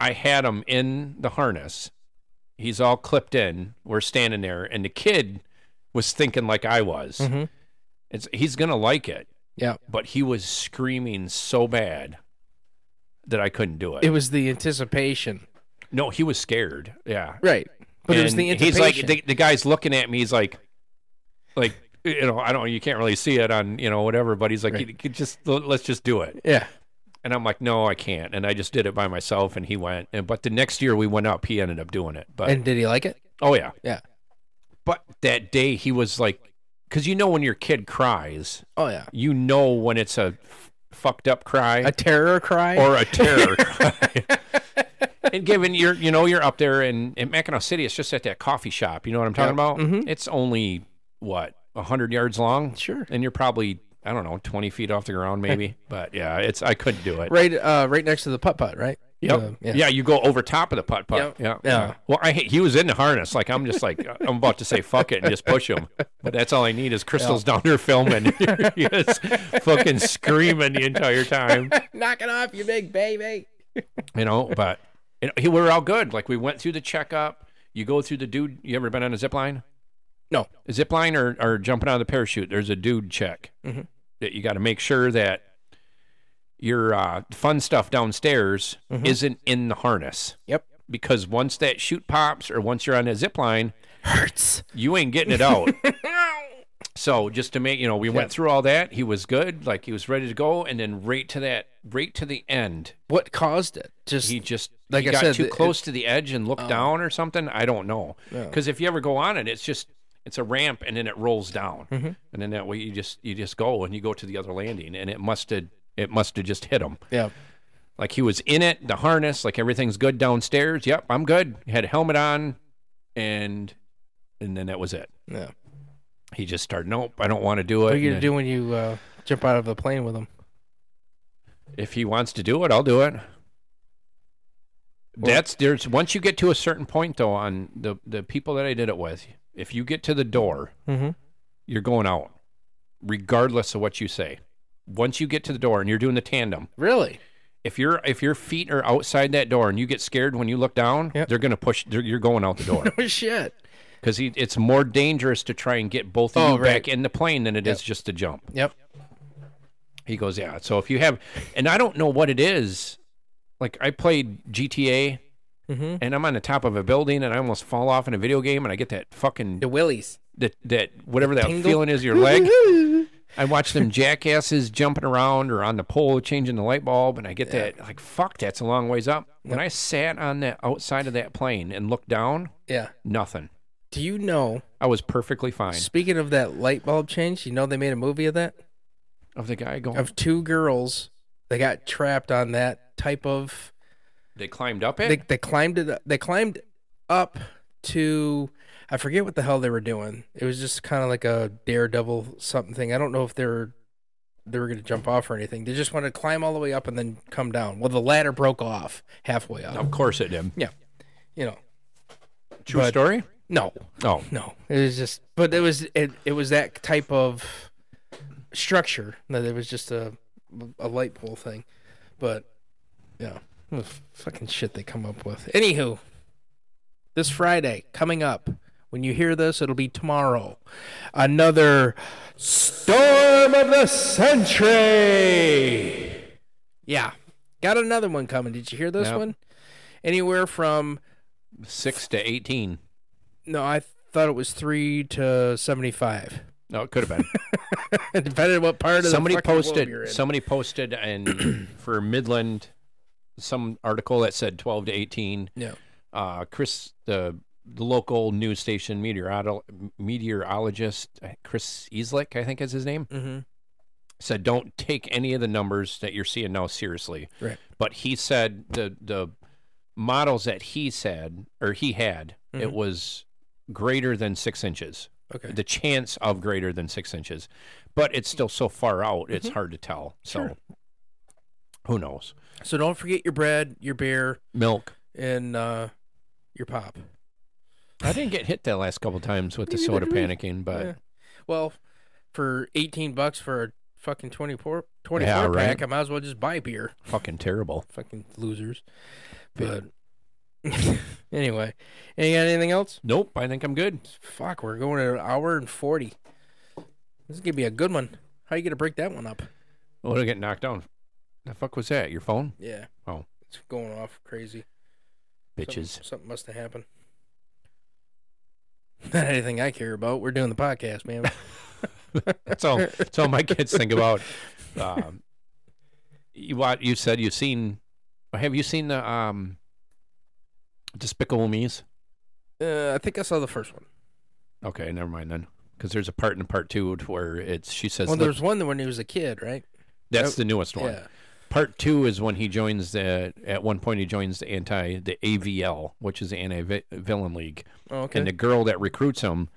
I had him in the harness. He's all clipped in. We're standing there, and the kid was thinking like I was.
Mhm.
It's he's gonna like it,
Yeah.
but he was screaming so bad that I couldn't do it.
It was the anticipation.
no, he was scared. Yeah,
Right. But it was
and
the
he's
anticipation.
like the, the guy's looking at me. He's like, like you know, I don't. You can't really see it on you know whatever. But he's like,
Right.
"You- you just let's just do it.
yeah.
And I'm like, no, I can't. And I just did it by myself. And he went. And but the next year we went up. He ended up doing it. But
And did he like it?
oh yeah,
Yeah.
But that day he was like, because you know when your kid cries,
Oh yeah.
you know when it's a f- fucked up cry
A terror cry?
or a terror. and given you're, you know, you're up there in, in Mackinac City, it's just at that coffee shop. You know what I'm talking
Yeah.
about?
Mhm.
It's only what hundred yards long,
sure.
and you're probably I don't know twenty feet off the ground, maybe. but yeah, it's I couldn't do it.
Right uh right next to the putt putt, right?
Yep.
Uh,
yeah. you go over top of the putt putt.
Yep.
Yeah.
Yeah.
Well, I hate- he was in the harness. Like I'm just like uh, I'm about to say fuck it and just push him, but that's all I need is Crystal's down there filming. he is fucking screaming the entire time
Knock it off, you big baby.
you know. But you know, he- we were all good. Like we went through the checkup. You go through the dude. You ever been on a zip line?
No.
A zip line or or jumping out of the parachute. There's a dude check
Mhm.
that you got to make sure that your uh, fun stuff downstairs
Mhm.
isn't in the harness.
Yep.
Because once that chute pops or once you're on a zip line,
Hurts.
you ain't getting it out. So just to make you know, we
Yeah.
went through all that. He was good, like he was ready to go, and then right to that, right to the end,
what caused it? Just
he just
Like
he
I
got
said,
too
it- Oh.
close to the edge and looked down or something. I don't know
Yeah.
because if you ever go on it, it's just it's a ramp and then it rolls down,
Mhm.
and then that way you just you just go and you go to the other landing, and it must have it must have just hit him.
Yeah.
Like he was in it, the harness, like everything's good downstairs. Yep, I'm good. Had a helmet on, and and then that was it.
Yeah.
He just started. Nope, I don't want to do it.
What are you
And
gonna do when you uh, jump out of the plane with him?
then If he wants to do it, I'll do it.
Well-
That's there's once you get to a certain point though on the the people that I did it with, if you get to the door,
Mm-hmm.
you're going out, regardless of what you say. Once you get to the door and you're doing the tandem,
Really?
if your if your feet are outside that door and you get scared when you look down,
Yep.
they're gonna push. They're, you're going out the door
Oh shit.
because it's more dangerous to try and get both of
Oh,
you
right.
back in the plane than it is
Yep.
just to jump.
Yep.
He goes, yeah. So if you have, and I don't know what it is, like I played GTA
Mm-hmm.
and I'm on the top of a building and I almost fall off in a video game and I get that fucking
The willies.
that that whatever that
tingle?
feeling is in your leg. I watch them jackasses jumping around or on the pole changing the light bulb, and I get that like fuck, that's a long ways up. When I sat on the outside of that plane and looked down,
yeah.
nothing.
Do you know?
I was perfectly fine.
Speaking of that light bulb change, you know they made a movie of that
Of the guy going,
of two girls. They got trapped on that type of
they climbed up
they,
it.
they climbed it they climbed up to i forget what the hell they were doing it was just kind of like a daredevil something thing i don't know if they were they were going to jump off or anything they just wanted to climb all the way up and then come down well the ladder broke off halfway up
of course it did.
you know
True
But-
story.
no
Oh,
no it was just but it was it, it was that type of structure that it was just a a light pole thing but yeah the fucking shit they come up with anywho this friday coming up when you hear this it'll be tomorrow another storm of the century yeah got another one coming did you hear this
Yep.
one anywhere from
six to eighteen.
no i thought it was 3 to 75
No, Oh, it could have been.
Depending on what part of
somebody
the fucking globe
posted
you're in.
somebody posted and for midland some article that said 12 to 18
Yeah.
uh chris the the local news station meteorolo- meteorologist uh, chris Easlick, i think is his name
Mm-hmm.
said don't take any of the numbers that you're seeing now seriously
Right.
but he said the the models that he said or he had it
Mhm.
was greater than six inches
Okay.
the chance of greater than six inches, but it's still so far out, it's hard to tell. So,
Mm-hmm. Sure.
who knows?
So don't forget your bread, your beer,
Milk.
and uh, your pop.
I didn't get hit that last couple times with the soda panicking, but
Yeah. Well, for 18 bucks for a fucking 24, 24
Yeah,
pack,
right.
I might as well just buy beer.
fucking terrible.
Fucking losers.
Yeah.
But anyway, and you got anything else?
Nope, I think I'm good.
Fuck, we're going at an hour and 40. This is going to be a good one. How you going to break that one up?
What did I get knocked down? The fuck was that? Your phone?
Yeah.
Oh.
It's going off crazy.
Bitches.
Something, something must have happened. Not anything I care about. We're doing the podcast, man.
That's all. That's all my kids think about. Um, you what you said? You've seen? Have you seen the um, Despicable Me's?
uh, I think I saw the first one.
Okay, never mind then. Because there's a part in part two where it's she says
Well,
"Look,
there's one when he was a kid, right?
That's
Oh,
the newest one.
Yeah.
Part two is when he joins the. At one point, he joins the anti the AVL, which is the anti villain league,
Oh, okay.
and the girl that recruits him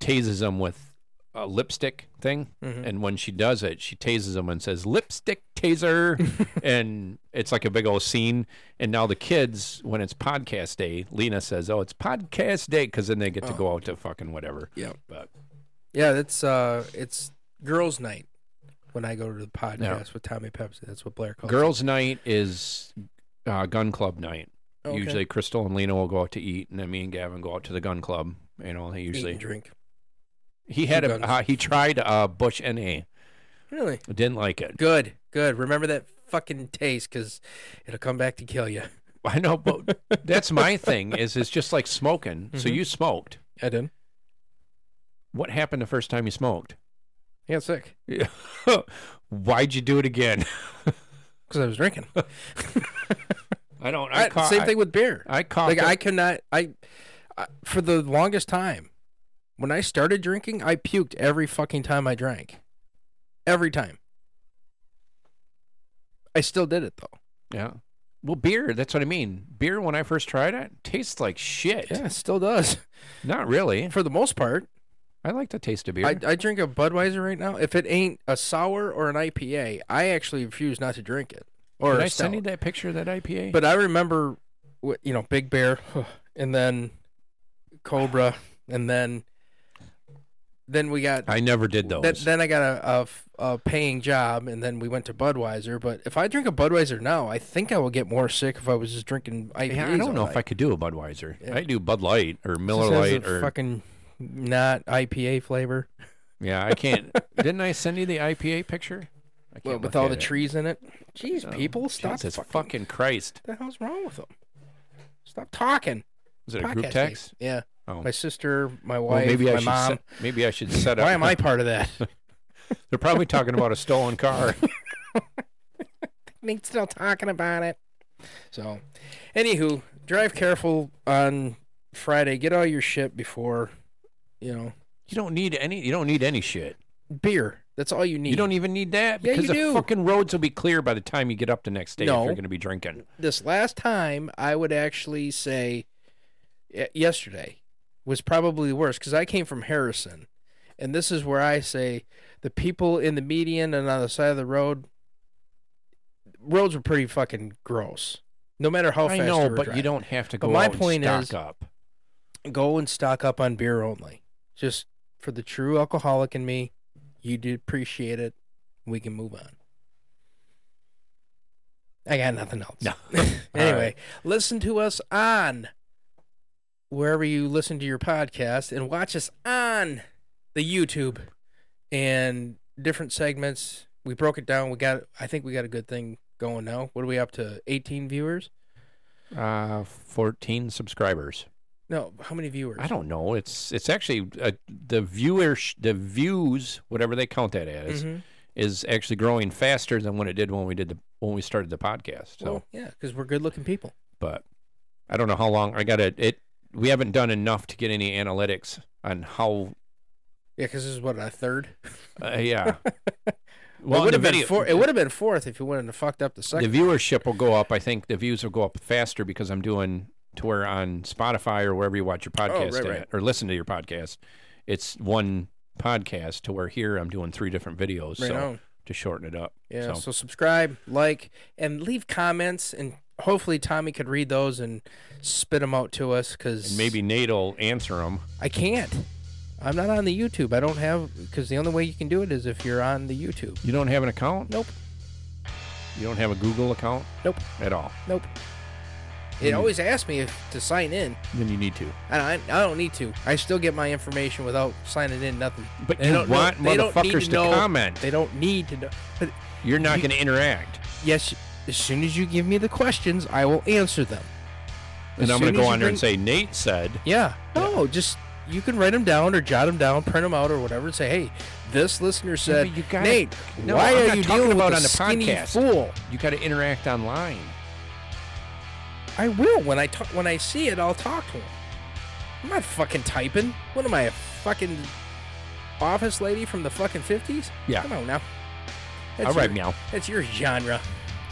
tases him with a lipstick thing.
Mhm.
Mm-hmm. And when she does it, she tases him and says "lipstick taser," and it's like a big old scene. And now the kids, when it's podcast day, Lena says, "Oh, it's podcast day," because then they get to
Oh.
go out to fucking whatever.
Yep.
But
Yeah, that's uh, it's girls' night when I go to the podcast
Yeah.
with Tommy Pepsi. That's what Blair calls. it.
girls' night is uh, gun club night.
Oh, okay.
Usually,
Eat
Crystal and Lena will go out to eat, and then me and Gavin go out to the gun club. You know, they
and
usually
drink.
he had
Guns.
a uh, he tried uh, Bush NA,
Really
didn't like it.
good, good. Remember that fucking taste, cause it'll come back to kill you.
I know, but that's my thing. Is it's just like smoking. So
Mm-hmm.
you smoked.
I did.
What happened the first time you smoked?
I got sick
Why'd you do it again?
because I was drinking.
I don't. I,
I,
caught.
same thing with beer.
I, I caught.
like
it.
I could not. I, I for the longest time, when I started drinking, I puked every fucking time I drank. Every time. I still did it though.
yeah. Well, beer. That's what I mean. Beer. When I first tried it, tastes like shit.
Yeah, it still does.
Not really.
For the most part,
I like the taste of beer.
I, I drink a Budweiser right now. If it ain't a sour or an IPA, I actually refuse not to drink it. Or
Did
a
I send
stout.
you that picture of that IPA?
But I remember, wh- you know, Big Bear, and then Cobra, and then then we got
I never did those.
Then, then I got a, a f- a paying job, and then we went to Budweiser. But if I drink a Budweiser now, I think I will get more sick if I was just drinking IPAs.
Yeah, I don't know if I could do a Budweiser.
Yeah.
I do Bud Light or Miller Light or
fucking not IPA flavor.
yeah. I can't. Didn't I send you the IPA picture? I can't
Well, with
look
all
at
the
it.
trees in it. Jeez,
Oh,
people, stop
Jesus
fucking.
fucking Christ!
What the hell's wrong with them? Stop talking.
Is it a group
Podcast
text?
me. Yeah.
Oh.
My sister, my
Well,
wife,
maybe I
my
should.
mom.
Set, maybe I should set up.
Why am I part of that?
They're probably talking about a stolen car.
Nate's still talking about it. So, anywho, drive careful on Friday. Get all your shit before, you know,
You don't need any. You don't need any shit.
beer. That's all you need.
You don't even need that
Yeah,
because
you
the
do.
fucking roads will be clear by the time you get up the next day
No.
if you're going to be drinking.
this last time I would actually say y- yesterday was probably worse because I came from Harrison, and this is where I say the people in the median and on the side of the road, roads were pretty fucking gross. No matter how
I
fast
know,
were
but you
driving.
don't have to
But
go.
my
out and
point
stock
is-
up.
go and stock up on beer only. Just for the true alcoholic in me, you do appreciate it. We can move on. I got nothing else.
No.
anyway, listen to us on wherever you listen to your podcast and watch us on the YouTube and different segments. We broke it down. We got I think we got a good thing going now. What are we up to? 18 viewers?
Uh, 14 subscribers.
No, how many viewers?
I don't know. It's it's actually uh, the viewer sh- the views whatever they count that as
Mhm.
is actually growing faster than when it did when we did the when we started the podcast. So,
Well, yeah, because we're good looking people.
but I don't know how long I got to it. We haven't done enough to get any analytics on how.
Yeah, because this is what a third.
Uh, yeah.
it
well,
would
the
have been
video-
four, it would have been fourth if you wouldn't have fucked up the
the
second.
viewership will go up. I think the views will go up faster because I'm doing to where on Spotify or wherever you watch your podcast
Oh,
at,
right, right.
or listen to your podcast, it's one podcast. To where here I'm doing three different videos,
right
so
on.
to shorten it up.
Yeah. So.
so.
subscribe, like, and leave comments, and hopefully Tommy could read those and spit them out to us. Because
And maybe Nate'll answer them.
I can't. I'm not on the YouTube. I don't have because the only way you can do it is if you're on the YouTube.
You don't have an account?
Nope.
You don't have a Google account
Nope.
at all?
Nope.
Hmm.
It always asks me if, to sign in,
Then you need to.
and I, I don't need to. I still get my information without signing in. Nothing.
But
They
you
don't know-
want
they don't need
motherfuckers to
know-
comment.
They don't need to know. But
You're not
You-
going to interact.
Yes, as soon as you give me the questions, I will answer them. As
And I'm going
soon
to go
as you
on there and say,
bring-
Nate said.
Yeah. No, just you can write them down or jot them down, print them out or whatever, and say, hey, this listener said,
but you gotta-
Nate,
No,
why
I'm
are
not
you
talking
dealing
about on
with a
the
skinny
podcast."
fool?
You got to interact online.
I will when I talk when I see it. I'll talk to him. I'm not fucking typing. What am I, a fucking office lady from the fucking fifties?
Yeah.
Come on now.
all right,
your,
meow.
That's your genre.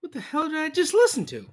What the hell did I just listen to?